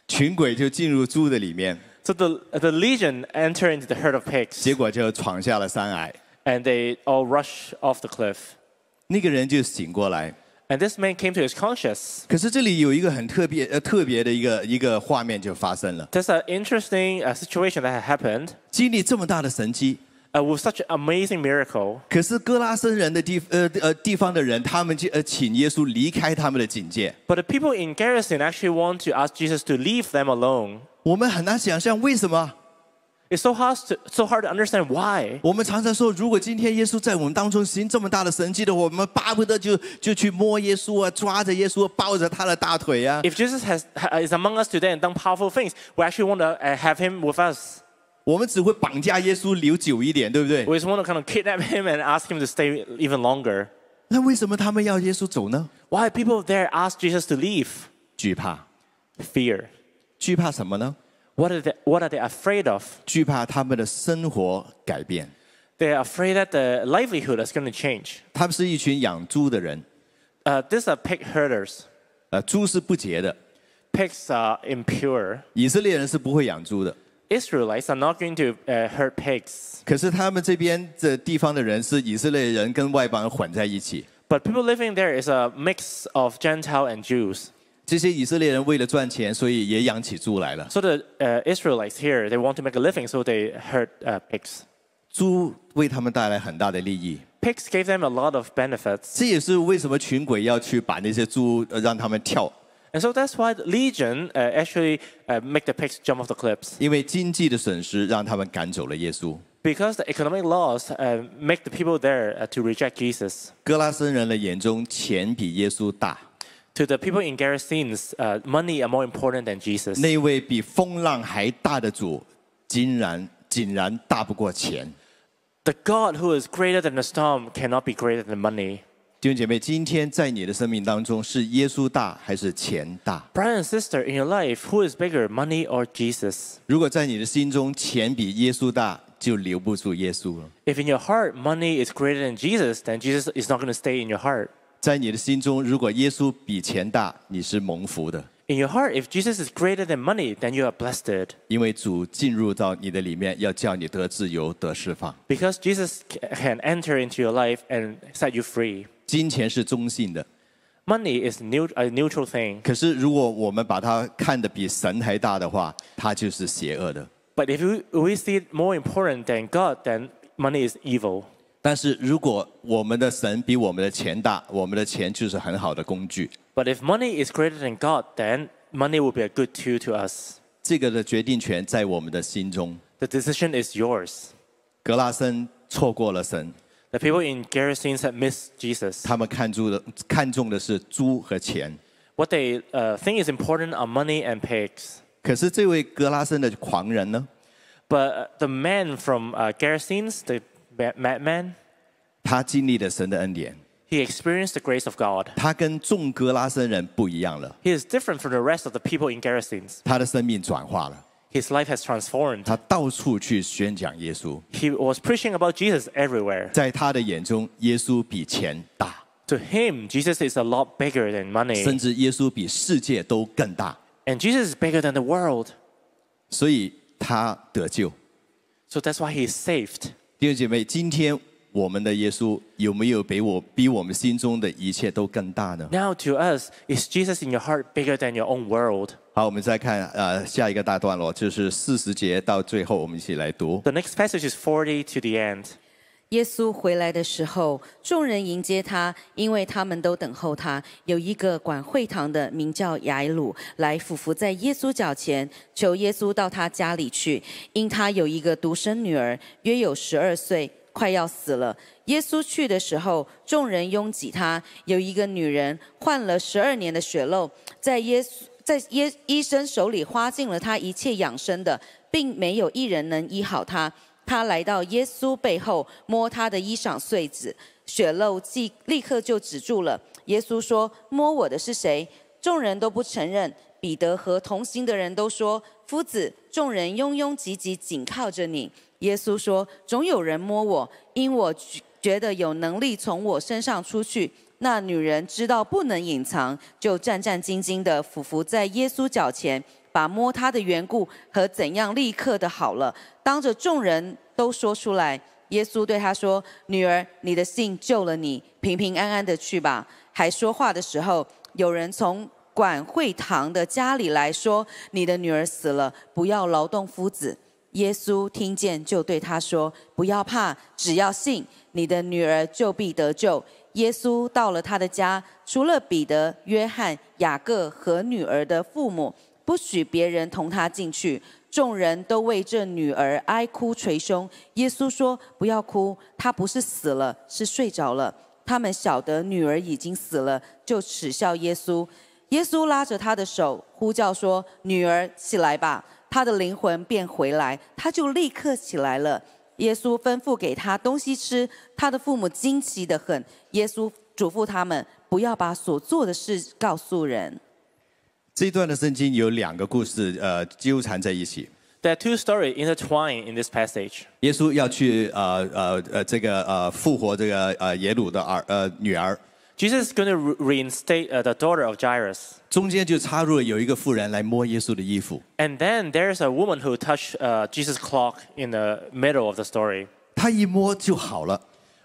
群鬼就进入猪的里面，
So the, the legion enter into the herd of pigs
[LAUGHS] 结果就闯下了山崖。
and they all rush off the cliff.
那个人就醒过来。
And this man came to his conscience.
可是这里有一个很特别呃特别的一个一个画面就发生了，
There's an interesting uh, situation that had happened
经历这么大的神迹，
uh, with such an amazing miracle.
可是哥拉森人的地呃呃地方的人，他们就呃请耶稣离开他们的警戒。
But the people in Garrison actually want to ask Jesus to leave them alone.
我们很难想象为什么。
It's so hard to, so hard to understand why.
我们常常说，如果今天耶稣在我们当中行这么大的神迹的话，我们巴不得就就去摸耶稣啊，抓着耶稣，抱着他的大腿啊。
If Jesus has, ha- is among us today and done powerful things, we actually want to uh, have him with us.
我们只会绑架耶稣留久一点，对不对？
We just want to kind of kidnap him and ask him to stay even longer.
那为什么他们要耶稣走呢？
Why people there ask Jesus to leave?
惧怕，
Fear.
惧怕什么呢？
What are they, what are they afraid of?
惧怕他们的生活改变。
They are afraid that the livelihood is going to change.
他们是一群养猪的人，
Uh, these are pig herders.
呃，猪是不洁的，
Pigs are impure.
以色列人是不会养猪的。
Israelites are not going to uh, herd pigs.
可是他们这边这地方的人是以色列人跟外邦人混在一起，
But people living there is a mix of Gentile and Jews.
这些以色列人为了赚钱，所以也养起猪来了。
So the uh, Israelites here, they want to make a living, so they herd uh, pigs.
猪为他们带来很大的利益，
Pigs gave them a lot of benefits.
这也是为什么群鬼要去把那些猪呃让他们跳。
And so that's why the Legion uh, actually uh, make the pigs jump off the cliffs
因为经济的损失让他们赶走了耶稣。
because the economic laws uh, make the people there uh, to reject Jesus.
哥拉森人的眼中，钱比耶稣大，
To the people in Gerasenes, uh, money are more important than Jesus.
那位比风浪还大的主，竟然竟然大不过钱。
The God who is greater than the storm cannot be greater than money.
弟兄姐妹，今天在你的生命当中，是耶稣大还是钱大？
Brother and sister, in your life, who is bigger, money or Jesus?
如果在你的心中钱比耶稣大，就留不住耶稣了；
If in your heart money is greater than Jesus, then Jesus is not going to stay in your heart.
在你的心中，如果耶稣比钱大，你是蒙福的，
In your heart, if Jesus is greater than money, then you are blessed
因为主进入到你的里面，要叫你得自由、得释放。
because Jesus ca- can enter into your life and set you free.
金钱是中性的，
Money is neu- a neutral thing,
可是如果我们把它看得比神还大的话，它就是邪恶的。
but if we, we see it more important than God, then money is evil.
但是如果我们的神比我们的钱大，我们的钱就是很好的工具。
But if money is greater than God, then money will be a good tool to us.
这个的决定权在我们的心中。
The decision is yours.
格拉森错过了神，
The people in Gerasenes had missed Jesus.
他们看中的看重的是猪和钱。
What they uh, think is important are money and pigs.
可是这位格拉森的狂人呢，
But uh, the man from uh, Gerasenes, the ma- madman,
他经历了神的恩典，
he experienced the grace of God.
他跟众格拉森人不一样了，
He is different from the rest of the people in Gerasenes.
他的生命转化了，
His life has transformed.
他到处去宣讲耶稣。
He was preaching about Jesus everywhere.
在他的眼中，耶稣比钱大，
To him, Jesus is a lot bigger
甚
than money.
至耶稣比世界都更大，
And Jesus is bigger than the world.
所以他得救。
So that's why he is saved.
弟兄姐妹，今天我们的耶稣有没有比我比我们心中的一切都更大呢？
Now to us, is Jesus in your heart bigger than your own world?
好，我们再看呃下一个大段落，就是四十节到最后，我们一起来读。
The next passage is 40 to the end.
耶稣回来的时候，众人迎接他，因为他们都等候他。有一个管会堂的名叫雅鲁，来俯伏在耶稣脚前，求耶稣到他家里去，因他有一个独生女儿，约有十二岁，快要死了。耶稣去的时候，众人拥挤他。有一个女人患了十二年的血漏，在耶稣在耶医生手里花尽了她一切养生的，并没有一人能医好她。他来到耶稣背后，摸他的衣裳穗子，血漏即立刻就止住了。耶稣说：“摸我的是谁？”众人都不承认。彼得和同行的人都说：“夫子，众人拥拥挤挤，紧靠着你。”耶稣说：“总有人摸我，因我觉觉得有能力从我身上出去。”那女人知道不能隐藏，就战战兢兢地俯伏在耶稣脚前，把摸他的缘故和怎样立刻的好了，当着众人都说出来。耶稣对她说：“女儿，你的信救了你，平平安安的去吧。”还说话的时候，有人从管会堂的家里来说：“你的女儿死了，不要劳动夫子。”耶稣听见，就对他说：“不要怕，只要信，你的女儿就必得救。”耶稣到了他的家，除了彼得、约翰、雅各和女儿的父母，不许别人同他进去。众人都为这女儿哀哭捶胸。耶稣说：“不要哭，她不是死了，是睡着了。”他们晓得女儿已经死了，就耻笑耶稣。耶稣拉着她的手，呼叫说：“女儿，起来吧！”她的灵魂便回来，她就立刻起来了。耶稣吩咐给她东西吃，她的父母惊奇的很。耶稣嘱咐他们不要把所做的事告诉人。
这段的圣经有两个故事，呃，纠缠在一起。
There are two stories intertwined in this passage.
耶稣要去呃呃呃这个呃复活这个呃耶鲁的儿呃女儿，
Jesus is going to re- reinstate uh, the daughter of Jairus.
中间就插入了有一个妇人来摸耶稣的衣服，
And then there's a woman who touched uh, Jesus' clock in the middle of the story.
她一摸就好了，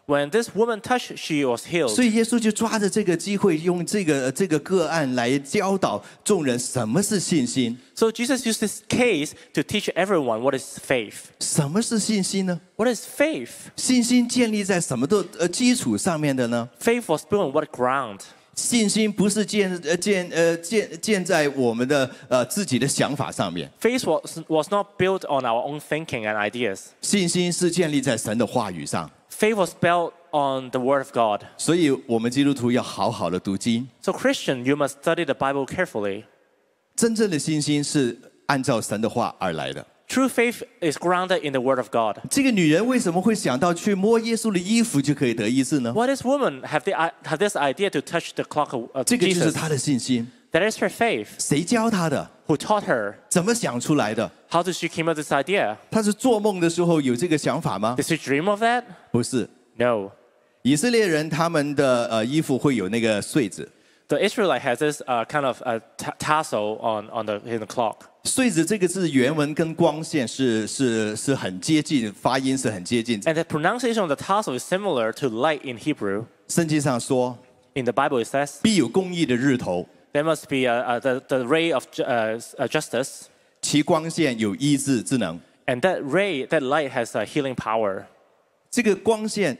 When this woman touched, she was healed.
所以耶稣就抓着这个机会，用这个这个个案来教导众人什么是信心，
So Jesus used this case to teach everyone what is faith.
什么是信心呢？
What is faith?
信心建立在什么的呃基础上面的呢？
Faith was built on what ground?
信心不是建呃建呃建建在我们的呃自己的想法上面，
Faith was, was not built on our own thinking and ideas.
信心是建立在神的话语上。
Faith was built on the Word of God.
所以，我们基督徒要好好的读经。
So, Christian, you must study the Bible carefully.
真正的信心是按照神的话而来的。
True faith is grounded in the Word of God.
这个女人为什么会想到去摸耶稣的衣服就可以得医治呢？
Why does woman have, the, i- have this idea to touch the clock of of
这个就是
Jesus?
她的信心。
That is her faith.
谁教她的？
Who taught her?
怎么想出来的？
How did she came up with this idea?
她是做梦的时候有这个想法吗？
Did she dream of that?
不是。
No.
以色列人他们的呃衣服会有那个穗子，
The Israelite has this uh, kind of uh, ta tassel on, on the, in the clock.
穗子这个字原文跟光线是是是很接近，发音是很接近。
And the pronunciation of the tassel is similar to light in Hebrew.
圣经上说
In the Bible, it says,：“
必有公义的日头，
there must be uh, uh, the, the ray of ju- uh, s- uh, justice,
其光线有医治之能。
and that ray, that light has a healing power. ”
这个光线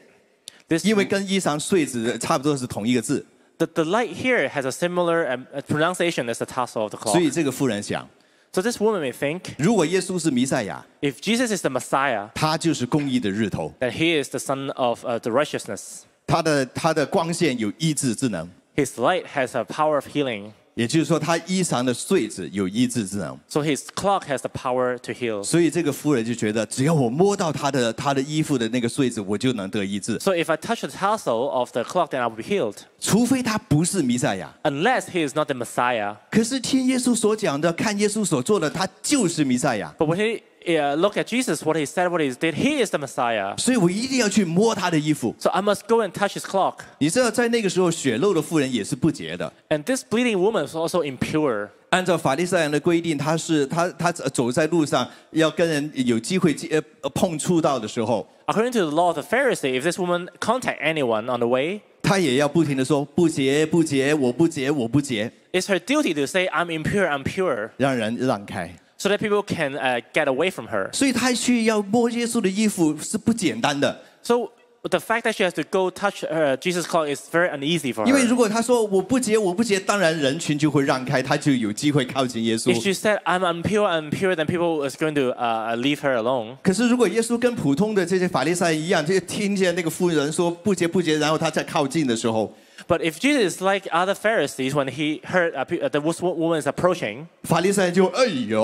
This,
因为跟衣裳穗子差不多是同一个字，
the, the light here has a similar um, uh, pronunciation as the tassel of the clock.
所以这个妇人想，
So this woman may think,
如果耶稣是弥赛亚，
if Jesus is the Messiah,
他就是公义的日头，
that he is the son of uh, the righteousness.
他的他的光线有医治之能，
His light has a power of healing.
也就是说他衣裳的穗子有医治之能。
So his clock has the power to heal.
所以这个夫人就觉得，只要我摸到她的她的衣服的那个穗子，我就能得医治，
So if I touch the tassel of the clock, then I will be healed.
除非她不是弥赛亚。
Unless he is not the Messiah.
可是听耶稣所讲的，看耶稣所做的，他就是弥赛亚。
But when he uh, look at Jesus, what he said, what he did, he is the Messiah.
所以我一定要去摸他的衣服。
So I must go and touch his clock.
你知道，在那个时候，血漏的妇人也是不洁的。
And this bleeding woman is also impure.
按照法利赛人的规定，他是他他走在路上，要跟人有机会接呃碰触到的时候，
According to the law of the Pharisee, if this woman contact anyone on the way,
他也要不停的说不洁不洁，我不洁我不洁，
it's her duty to say, I'm impure, I'm pure,
让人让开。
so that people can uh, get away from her.
所以他去要摸耶稣的衣服是不简单的，
So the fact that she has to go touch her uh, Jesus clock is very uneasy for
因为
her.
如果他说我不洁我不洁，当然人群就会让开，他就有机会靠近耶
If
稣。
she said, I'm impure, I'm impure, then people is going to uh, leave her alone.
可是如果耶稣跟普通的这些法利赛人一样，就听见那个妇人说不洁不洁，然后他再靠近的时候，
But if Jesus is like other Pharisees, when he heard uh, pe- uh, the wo- woman is approaching,
法利赛人就哎呦，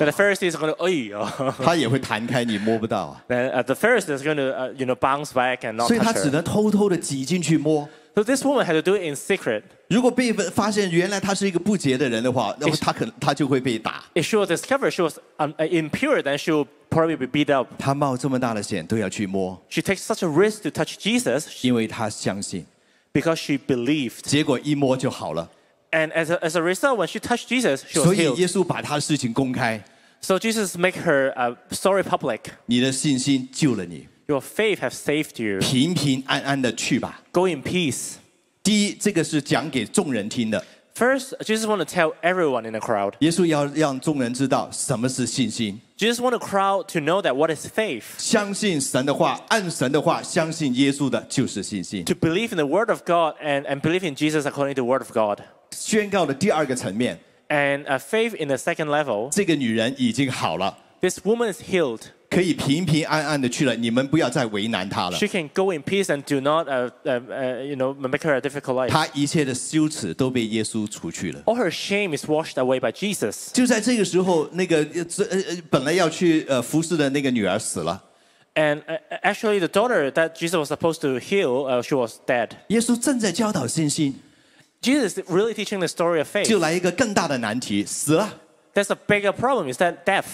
then the [LAUGHS] Pharisees are going to, oh,
他也会弹开你摸不到啊。
then uh, the Pharisees are going to, uh, you know, bounce back and not
所以他
touch
只
her.
能偷偷的挤进去摸。
So this woman had to do it in secret.
如果被发现原来他是一个不洁的人的话，那么他可能他就会被打。
If she was discovered she was um, uh, impure, then she will probably be beat up.
他冒这么大的险都要去摸，
She takes such a risk to touch Jesus
因为他相信，
because she believed.
结果一摸就好了。
And as a, as a result, when she touched Jesus, she
所
was
以耶
healed.
稣把他的事情公开，
So Jesus make her uh, story public.
你的信心救了你，
Your faith have saved you.
平平安安的去吧。
Go in peace.
第一，这个是讲给众人听的。
First, Jesus want to tell everyone in the crowd.
耶稣要让众人知道什么是信心，
Jesus want the crowd to know that what is faith.
相信神的话，按神的话相信耶稣的就是信心。
To believe in the word of God and, and believe in Jesus according to the word of God.
宣告的第二个层面，
And uh, faith in the second level,
这个女人已经好了，
this woman is healed.
可以平平安安的去了，你们不要再为难她了。
She can go in peace and do not, uh, uh, uh, you know, make her a difficult life.
她一切的羞耻都被耶稣除去了。
All her shame is washed away by Jesus.
就在这个时候，那个呃这呃呃本来要去呃服侍的那个女儿死了，
And uh, actually, the daughter that Jesus was supposed to heal, uh, she was dead.
耶稣正在教导信心，
Jesus is really teaching the story of faith.
就来一个更大的难题，死了。
That's a bigger problem is that death.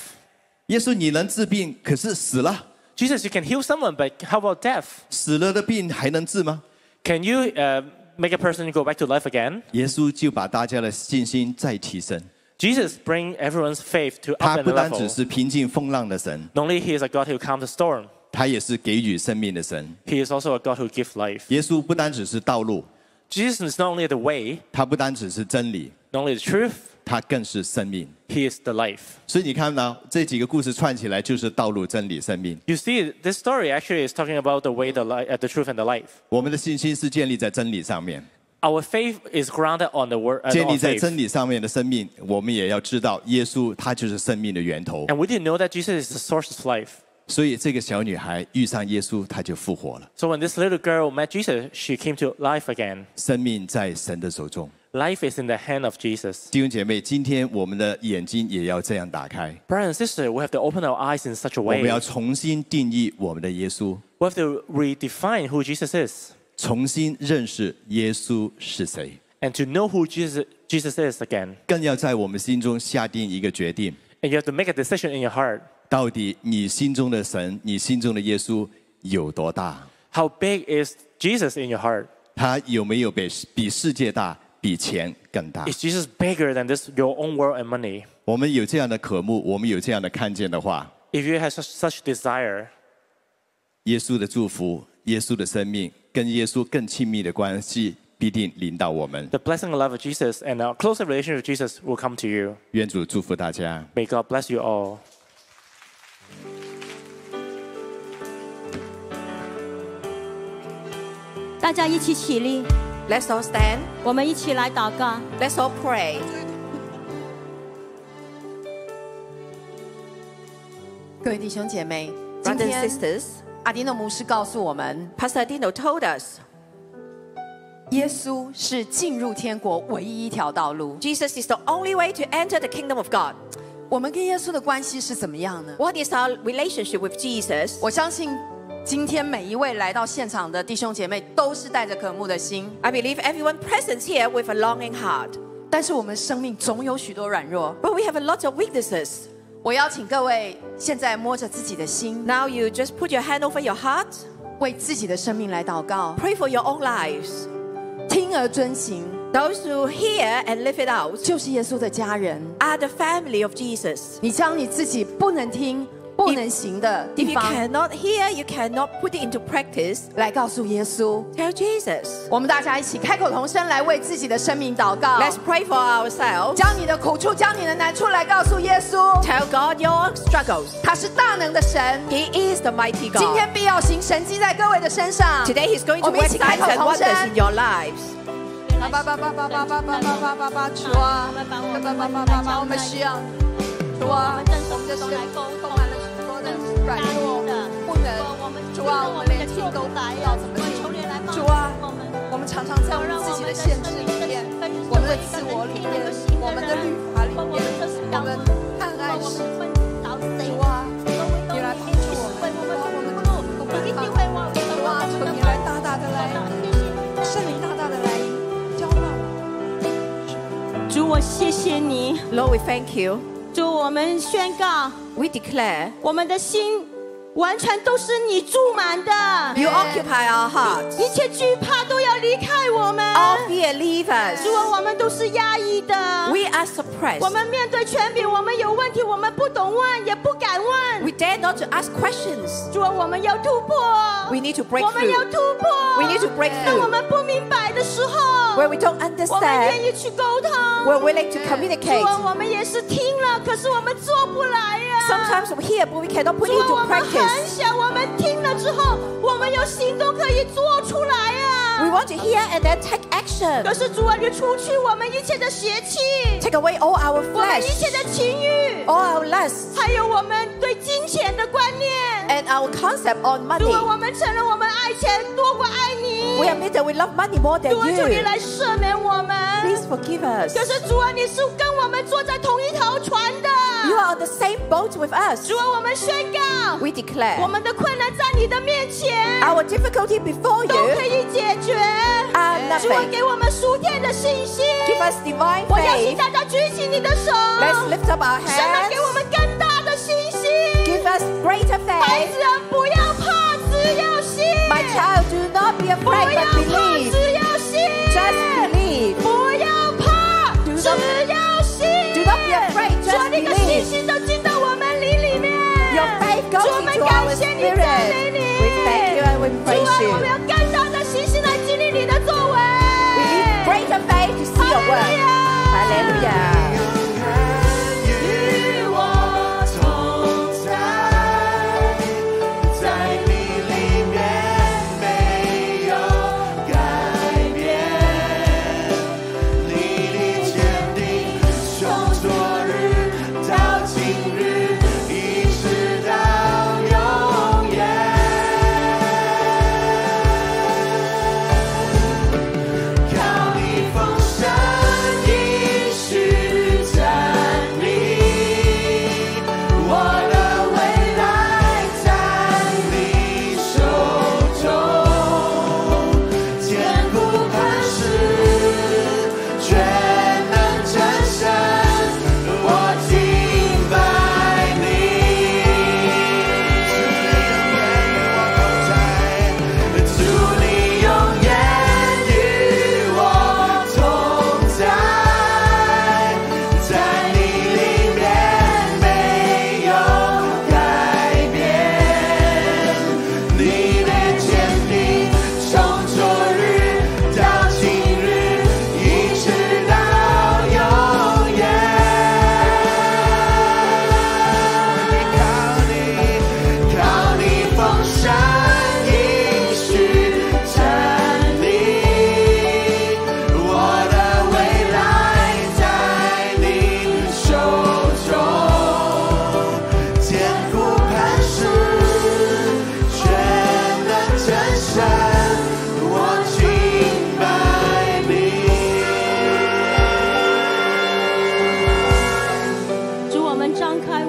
耶稣你能治病，可是死了，
Jesus, you can heal someone, but how about death?
死了的病还能治吗？
Can you uh, make a person go back to life again?
耶稣就把大家的信心再提升。
Jesus bring everyone's faith to
他
up
不
and
单只
level.
是平静风浪的神，
Not only he is a God who calms the storm,
他也是给予生命的神。
he is also a God who gives life.
耶稣不单只是道路，
Jesus is not only the way,
他不单只是真理，
not only the truth,
他更是生命。
he is the life.
所以你看呢，这几个故事串起来就是道路、真理、生命。
You see, this story actually is talking about the way, the, li- uh, the truth, and the life.
我们的信心是建立在真理上面，
our faith is grounded on the word. uh,
建立
on
在
faith.
真理上面的生命，我们也要知道耶稣他就是生命的源头。
And we didn't know that Jesus is the source of life.
所以这个小女孩遇上耶稣，她就复活了。
So when this little girl met Jesus, she came to life again.
生命在神的手中。
Life is in the hand of Jesus.
弟兄姐妹，今天我们的眼睛也要这样打开，
Brother and sister, we have to open our eyes in such a
我
way.
们要重新定义我们的耶稣，
We have to redefine who Jesus is
重新认识耶稣是谁，
and to know who Jesus, Jesus is again.
更要在我们心中下定一个决定：
And you have to make a decision in your heart.
到底你心中的神，你心中的耶稣有多大？
How big is Jesus in your heart?
他有没有比比世界大，比钱更大？
Is Jesus bigger than this your own world and money?
我们有这样的渴慕，我们有这样的看见的话，
If you have such, such desire,
耶稣的祝福，耶稣的生命，跟耶稣更亲密的关系，必定领导我们。
the blessing and love of Jesus and a closer relationship with Jesus will come to you.
愿主祝福大家。
May God bless you all.
Let's all stand.
我们一起来祷告。
Let's all pray. 各位弟兄姐妹，今 Brothers and 天 sisters,
阿迪诺牧师告诉我们，
Pastor Dino told us
耶稣是进入天国唯一一条道路。
Jesus is the only way to enter the kingdom of God.
我们跟耶稣的关系是怎么样呢？
What is our relationship with Jesus?
我相信今天每一位来到现场的弟兄姐妹都是带着渴慕的心，
I believe everyone present here with a longing heart,
但是我们生命总有许多软弱。
but we have a lot of weaknesses.
我邀请各位现在摸着自己的心，
Now you just put your hand over your heart,
为自己的生命来祷告，
pray for your own lives.
听而遵行，
Those who hear and live it out
就是耶稣的家人。
are the family of Jesus.
你将你自己不能听、不能行的
If
地
you
方，
cannot hear, you cannot put it into practice.
来告诉耶稣。
Tell Jesus.
我们大家一起开口同声来为自己的生命祷告。
Let's pray for ourselves.
将你的苦处，将你的难处来告诉耶稣，
Tell God your struggles.
他是大能的神。
He is the
今
mighty God.
天必要行神迹在各位的身上。
Today He's going
我
to
们一
work
起开
signs
口
and
同
wonders
声
in。your lives.
爸爸爸爸爸爸爸爸爸爸爸主啊，爸爸爸爸爸爸，我们需要主啊，我们的生命充满了许多的软弱，不能主啊，我们连听都不知道怎么听。主啊，我们常常在我们自己的限制里面，我们的自我里面，我们的律法里面，我们暗暗失主啊，你来帮助我们，主啊，我们不办法，主啊，求你来大大的来，圣灵大大的来浇灌我们。
主，我谢谢你。
Lord, we thank you.
主，我们宣告，
We declare
我们的心完全都是你注满的，
you occupy our hearts.
一切惧怕都要离开我们。
All fear leave us.
主啊，我们都是压抑的。
We are suppressed.
我们面对权柄，我们有问题，我们不懂问，也不敢问
We。dare not to ask questions.
主啊，我们要突破。
We need to break
我们要
through.
突破。
We need to break
当我
through.
们不明白的时候，
Where we don't
我们
understand,
愿意去沟通。
we're willing to
主
communicate.
啊，我们也是听了，可是我们做不来呀、
Sometimes we hear, but we cannot put
主
it
啊，我
into
们很
practice.
想，我们听了之后，我们有行动可以做出来呀、
We want to hear and then take action.
可是主啊，你除去我们一切的邪气，
Take away all our
我们
flesh,
一切的情欲，
all our lust,
还有我们对金钱的观念。
and our concept on
主
money.
啊，我们承认我们爱钱多过爱你
We。admit that we love money more than
主啊，求你
you.
来赦免我们。
Please forgive us.
可是主啊，你是跟我们坐在同一条船的。
You are on the same boat with us.
主啊，我们宣告，
We
我
declare
们的困难在你的面前
our difficulty before
都可
you
以解决。
are
主啊，
nothing.
给我们属天的信心。
Give us divine
我邀请
faith.
大家举起你的手，
Let's lift up our
神来
hands.
给我们更大的信心。
Give us greater
孩
faith.
子啊，不要怕，只要信。
My child, do not be
不
afraid,
要
but
怕，
believe.
只要信。
Just believe.
不要怕，只要信。
Do not be afraid,
说
just
那个信
believe.
心都进到我们里里面。
Your faith goes
主我们
into
感
our
谢你，赞美
spirit.
你。
We thank you and we
主
praise
啊，我
you.
们要更大的信心来经历你的作为。
We need greater faith to see your work. Hallelujah.
与我同在，在你里面没有改变。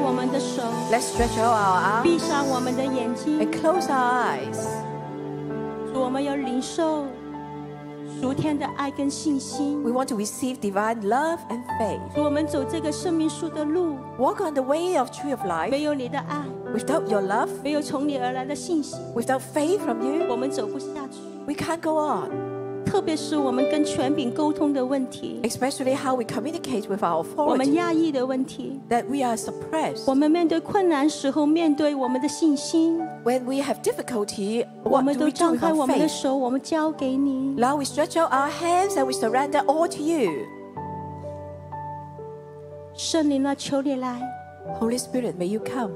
Stretch out our
闭
arms
上我们的眼睛
and close our eyes.
主我们要领受属天的爱跟信心。
We want to receive divine love and faith.
主我们走这个生命树的路，
Walk on the way of tree of life
没有你的爱，
without your love,
没有从你而来的信心，
without faith from you.
我们走不下去。
We can't go on,
特别是我们跟权柄沟通的问题，
especially how we communicate with our
我们
authority,
压抑的问题，
that we are suppressed.
我们面对困难时候面对我们的信心，
When we have difficulty,
我
what
们
do
都
we do
张
with
开我
our
们的
faith?
手，我们交给你。
Now we stretch out our hands and we surrender all to you.
圣灵啊，求你来，
Holy Spirit, may you come.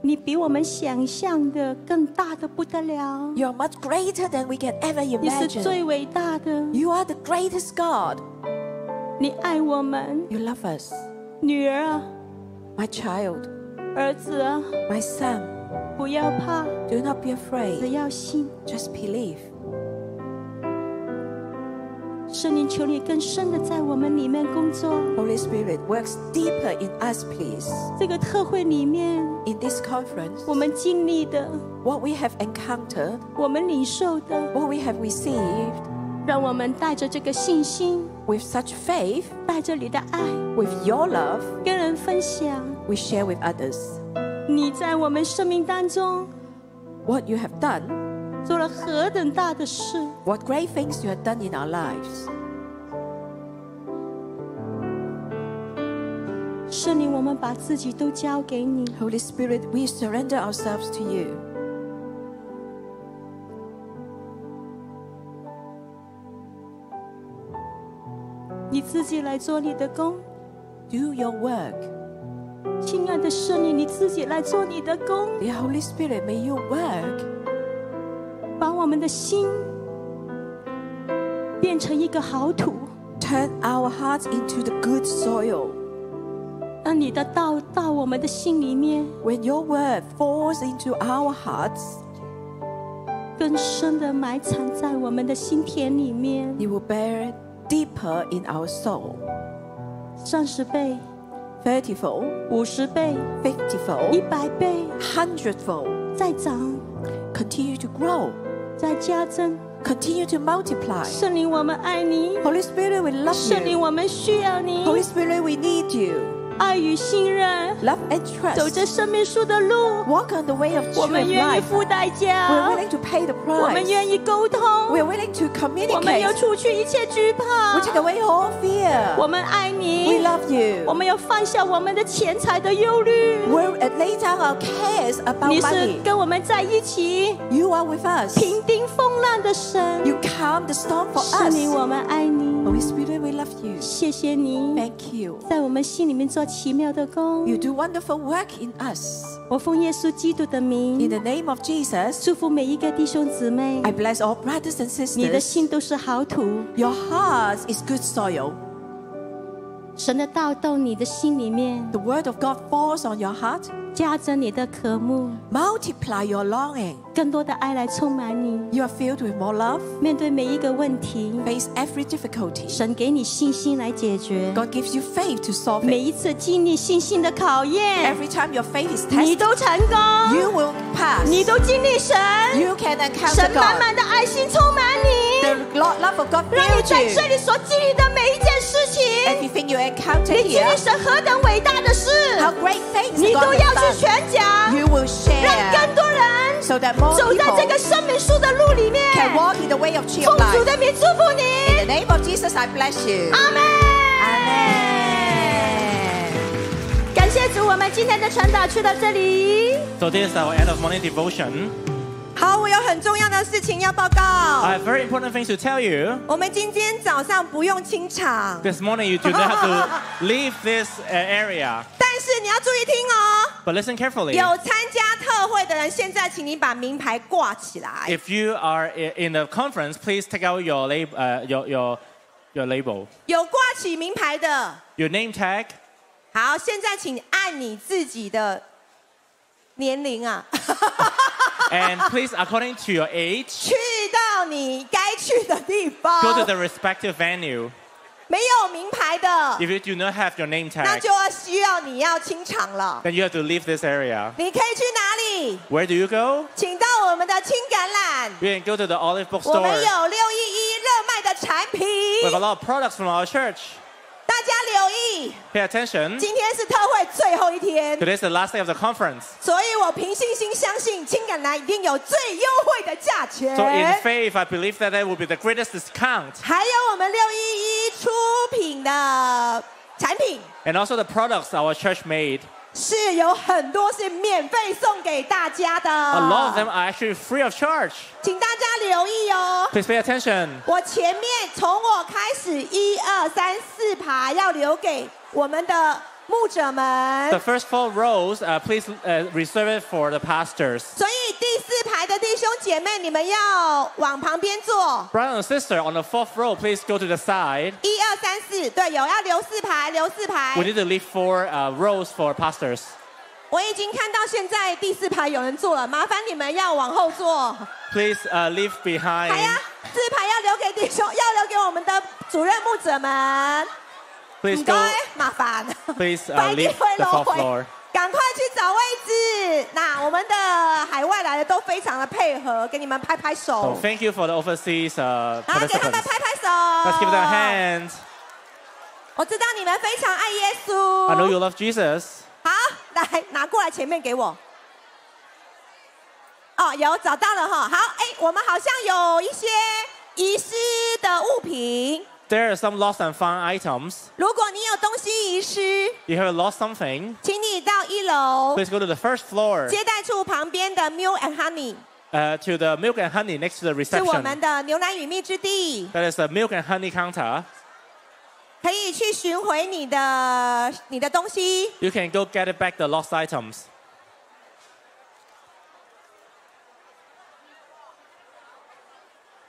你比我们想象的更大的不得了，
You are much greater than we can ever
你是
imagine.
最伟大的，
You are the greatest God.
你爱我们，
You love us.
女儿啊，
My child,
儿子啊，
my son,
不要怕，
do not be
只
afraid.
要信。
Just believe.
圣灵，求你更深的在我们里面工作。
Holy Spirit works deeper in us, please.
这个特会里面，
In this conference,
我们经历的，
what we have encountered,
我们领受的，
what we have received,
让我们带着这个信心，
with such faith,
带着你的爱，
with your love,
跟人分享
we share with others.
你在我们生命当中
What you have done,
做了何等大的事。
what great things you have done in our lives.
圣灵，我们把自己都交给你，
Holy Spirit, we surrender ourselves to you.
你自己来做你的工。
Do your work.
亲爱的圣灵，你自己来做你的工，
Dear Holy Spirit, may you work.
把我们的心变成一个好土，
Turn our hearts into the good soil.
让你的道到我们的心里面
When your word falls into our hearts,
更深的埋藏在我们的心田里面，
it will bear deeper in our soul.
三十倍、
Thirtyfold,
五十倍、一
fiftyfold,
百倍，
hundredfold.
再长，
Continue to grow.
再加增。
Continue to multiply.
圣灵，我们爱你；
Holy Spirit, we love
圣灵，
you.
我们需要你。
Holy Spirit, we need you.
爱与信任，
Love and
走着
trust.
生命树的路，
Walk on the way of true
我们愿意
life.
付代
We're
价，
willing to pay the
我们
price.
愿意沟通，
We're willing to
我们
communicate.
要除去一切惧
We
怕。
take away all fear.
我们爱
We
你，
love you.
我们要放下我们的钱财的忧虑。
We lay down our cares about
你是
money.
跟我们在一起
You are with us.
平定风浪的神，
You calm the storm for
圣灵，
us.
我们爱你，
Holy Spirit, we love you.
谢谢你
Thank you.
在我们心里面做奇妙的
You
工。
do wonderful work in us.
我奉耶稣基督的
In
名，
the name of Jesus,
祝福每一个弟兄姊妹
I，bless all brothers and
你的
sisters.
心都是好土，
Your heart is good soil.
神的道到你的心里面，
The word of God falls on your heart.
加增你的渴慕，
Multiply your longing.
更多的爱来充满你。
You are filled with more love.
面对每一个问题，
Face every difficulty.
神给你信心来解决。
God gives you faith to solve
每
it.
一次经历信心的考验，
Every time your faith is
你
tested,
都成功，
you will pass.
你都经历神，
You can encounter
神满
God.
满的爱心充满
The
你，
lo- love of God
让你在这
fills
里所经历的每一件事情
you.，Everything you encounter
你经
here,
历神何等伟大的事，
how great things
你
God
都要
has
去
done.
宣讲，
You
让
will share
更多人
so that more
走在这个
people
生命树的路里面。
can walk in the way of tree
奉
of
主
life.
的名祝福
In the
你，
name of Jesus, I bless you.
阿门。
Amen.
感谢主，我们今天的传导就到这里。
So this is our end of morning devotion.
好，我有很重要的事情要报告。
I have very important things to tell you.
我们今天早上不用清场，
This morning you do not have to leave this uh, area.
但是你要注意听哦。
But listen carefully.
有参加特会的人，现在请你把名牌挂起来。
If you are i- in the conference, please take out your lab, uh, your, your your label,
有挂起名牌的，
your name [LAUGHS] tag.
好，现在请按你自己的年龄啊， [LAUGHS]
And please, according to your age,
去到你该去的地
go
方
to。the respective venue.
没有名牌的，
If you do not have your name
那
tag,
就要需要你要清场了。
then you have to leave this area.
你可以去哪里？
Where do you go?
请到我们的青橄榄，
You can go to the Olive
我
Bookstore.
们有六一一热卖的产品，
We have a lot of products from our church.
大家留意。
Pay attention.
今天是特会最后一天，
Today's the last day of the conference.
所以我凭信心相信青橄榄一定有最优惠的价
So in
钱。
faith, I believe that that will be the greatest discount
还有我们六一一出品的产品
and also the products our church made.
是有很多是免费送给大家
A lot of
的，
them are actually free of charge.
请大家留意哦。
Please pay attention.
我前面从我开始一二三四排要留给我们的牧者
The
们，
first four rows, uh, please uh, reserve it for the pastors.
所以第四排的弟兄姐妹你们要往旁边坐。
Brother and sister, on the fourth row, please go to the side.
一二三四，对，有要留四排，留四排
We。need to leave four uh, rows for pastors.
我已经看到现在第四排有人坐了，麻烦你们要往后坐。
Please uh, leave behind.
四排要留给弟兄，要留给我们的主任牧者们。
Please
你该
go.
麻烦，
Please
白
uh,
天
leave
会
the fourth
落回
floor.。
赶快去找位置。那我们的海外来的都非常的配合，给你们拍拍
So
手，
thank you for the overseas uh,
然后给他们
participants.
拍拍
Let's give them a
手。
hand.
我知道你们非常爱耶
I know you
稣。
love Jesus.
好，来拿过来前面给我。哦，有找到了哈。好，哎，我们好像有一些遗失的物品。
There are some lost and found items.
如果你有东西遗失，
You have lost something.
请你到一楼
Please go to the first floor
接待处旁边的 Milk and Honey，
uh, to the milk and honey next to the
是我
reception.
们的牛奶与蜜之地，
That is the milk and honey counter.
可以去寻回你的你的东西。
You can go get it back the lost items.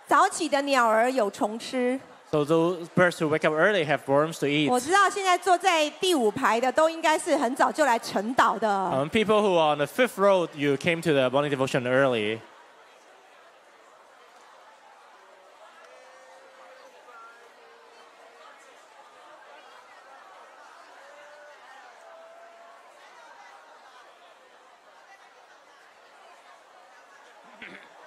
早起的鸟儿有虫吃。
So those birds who wake up early have worms to eat.
我知道现在坐在第五排的都应该是很早就来晨祷的。
Um, people who are on the fifth row, you came to the morning devotion early.
嗯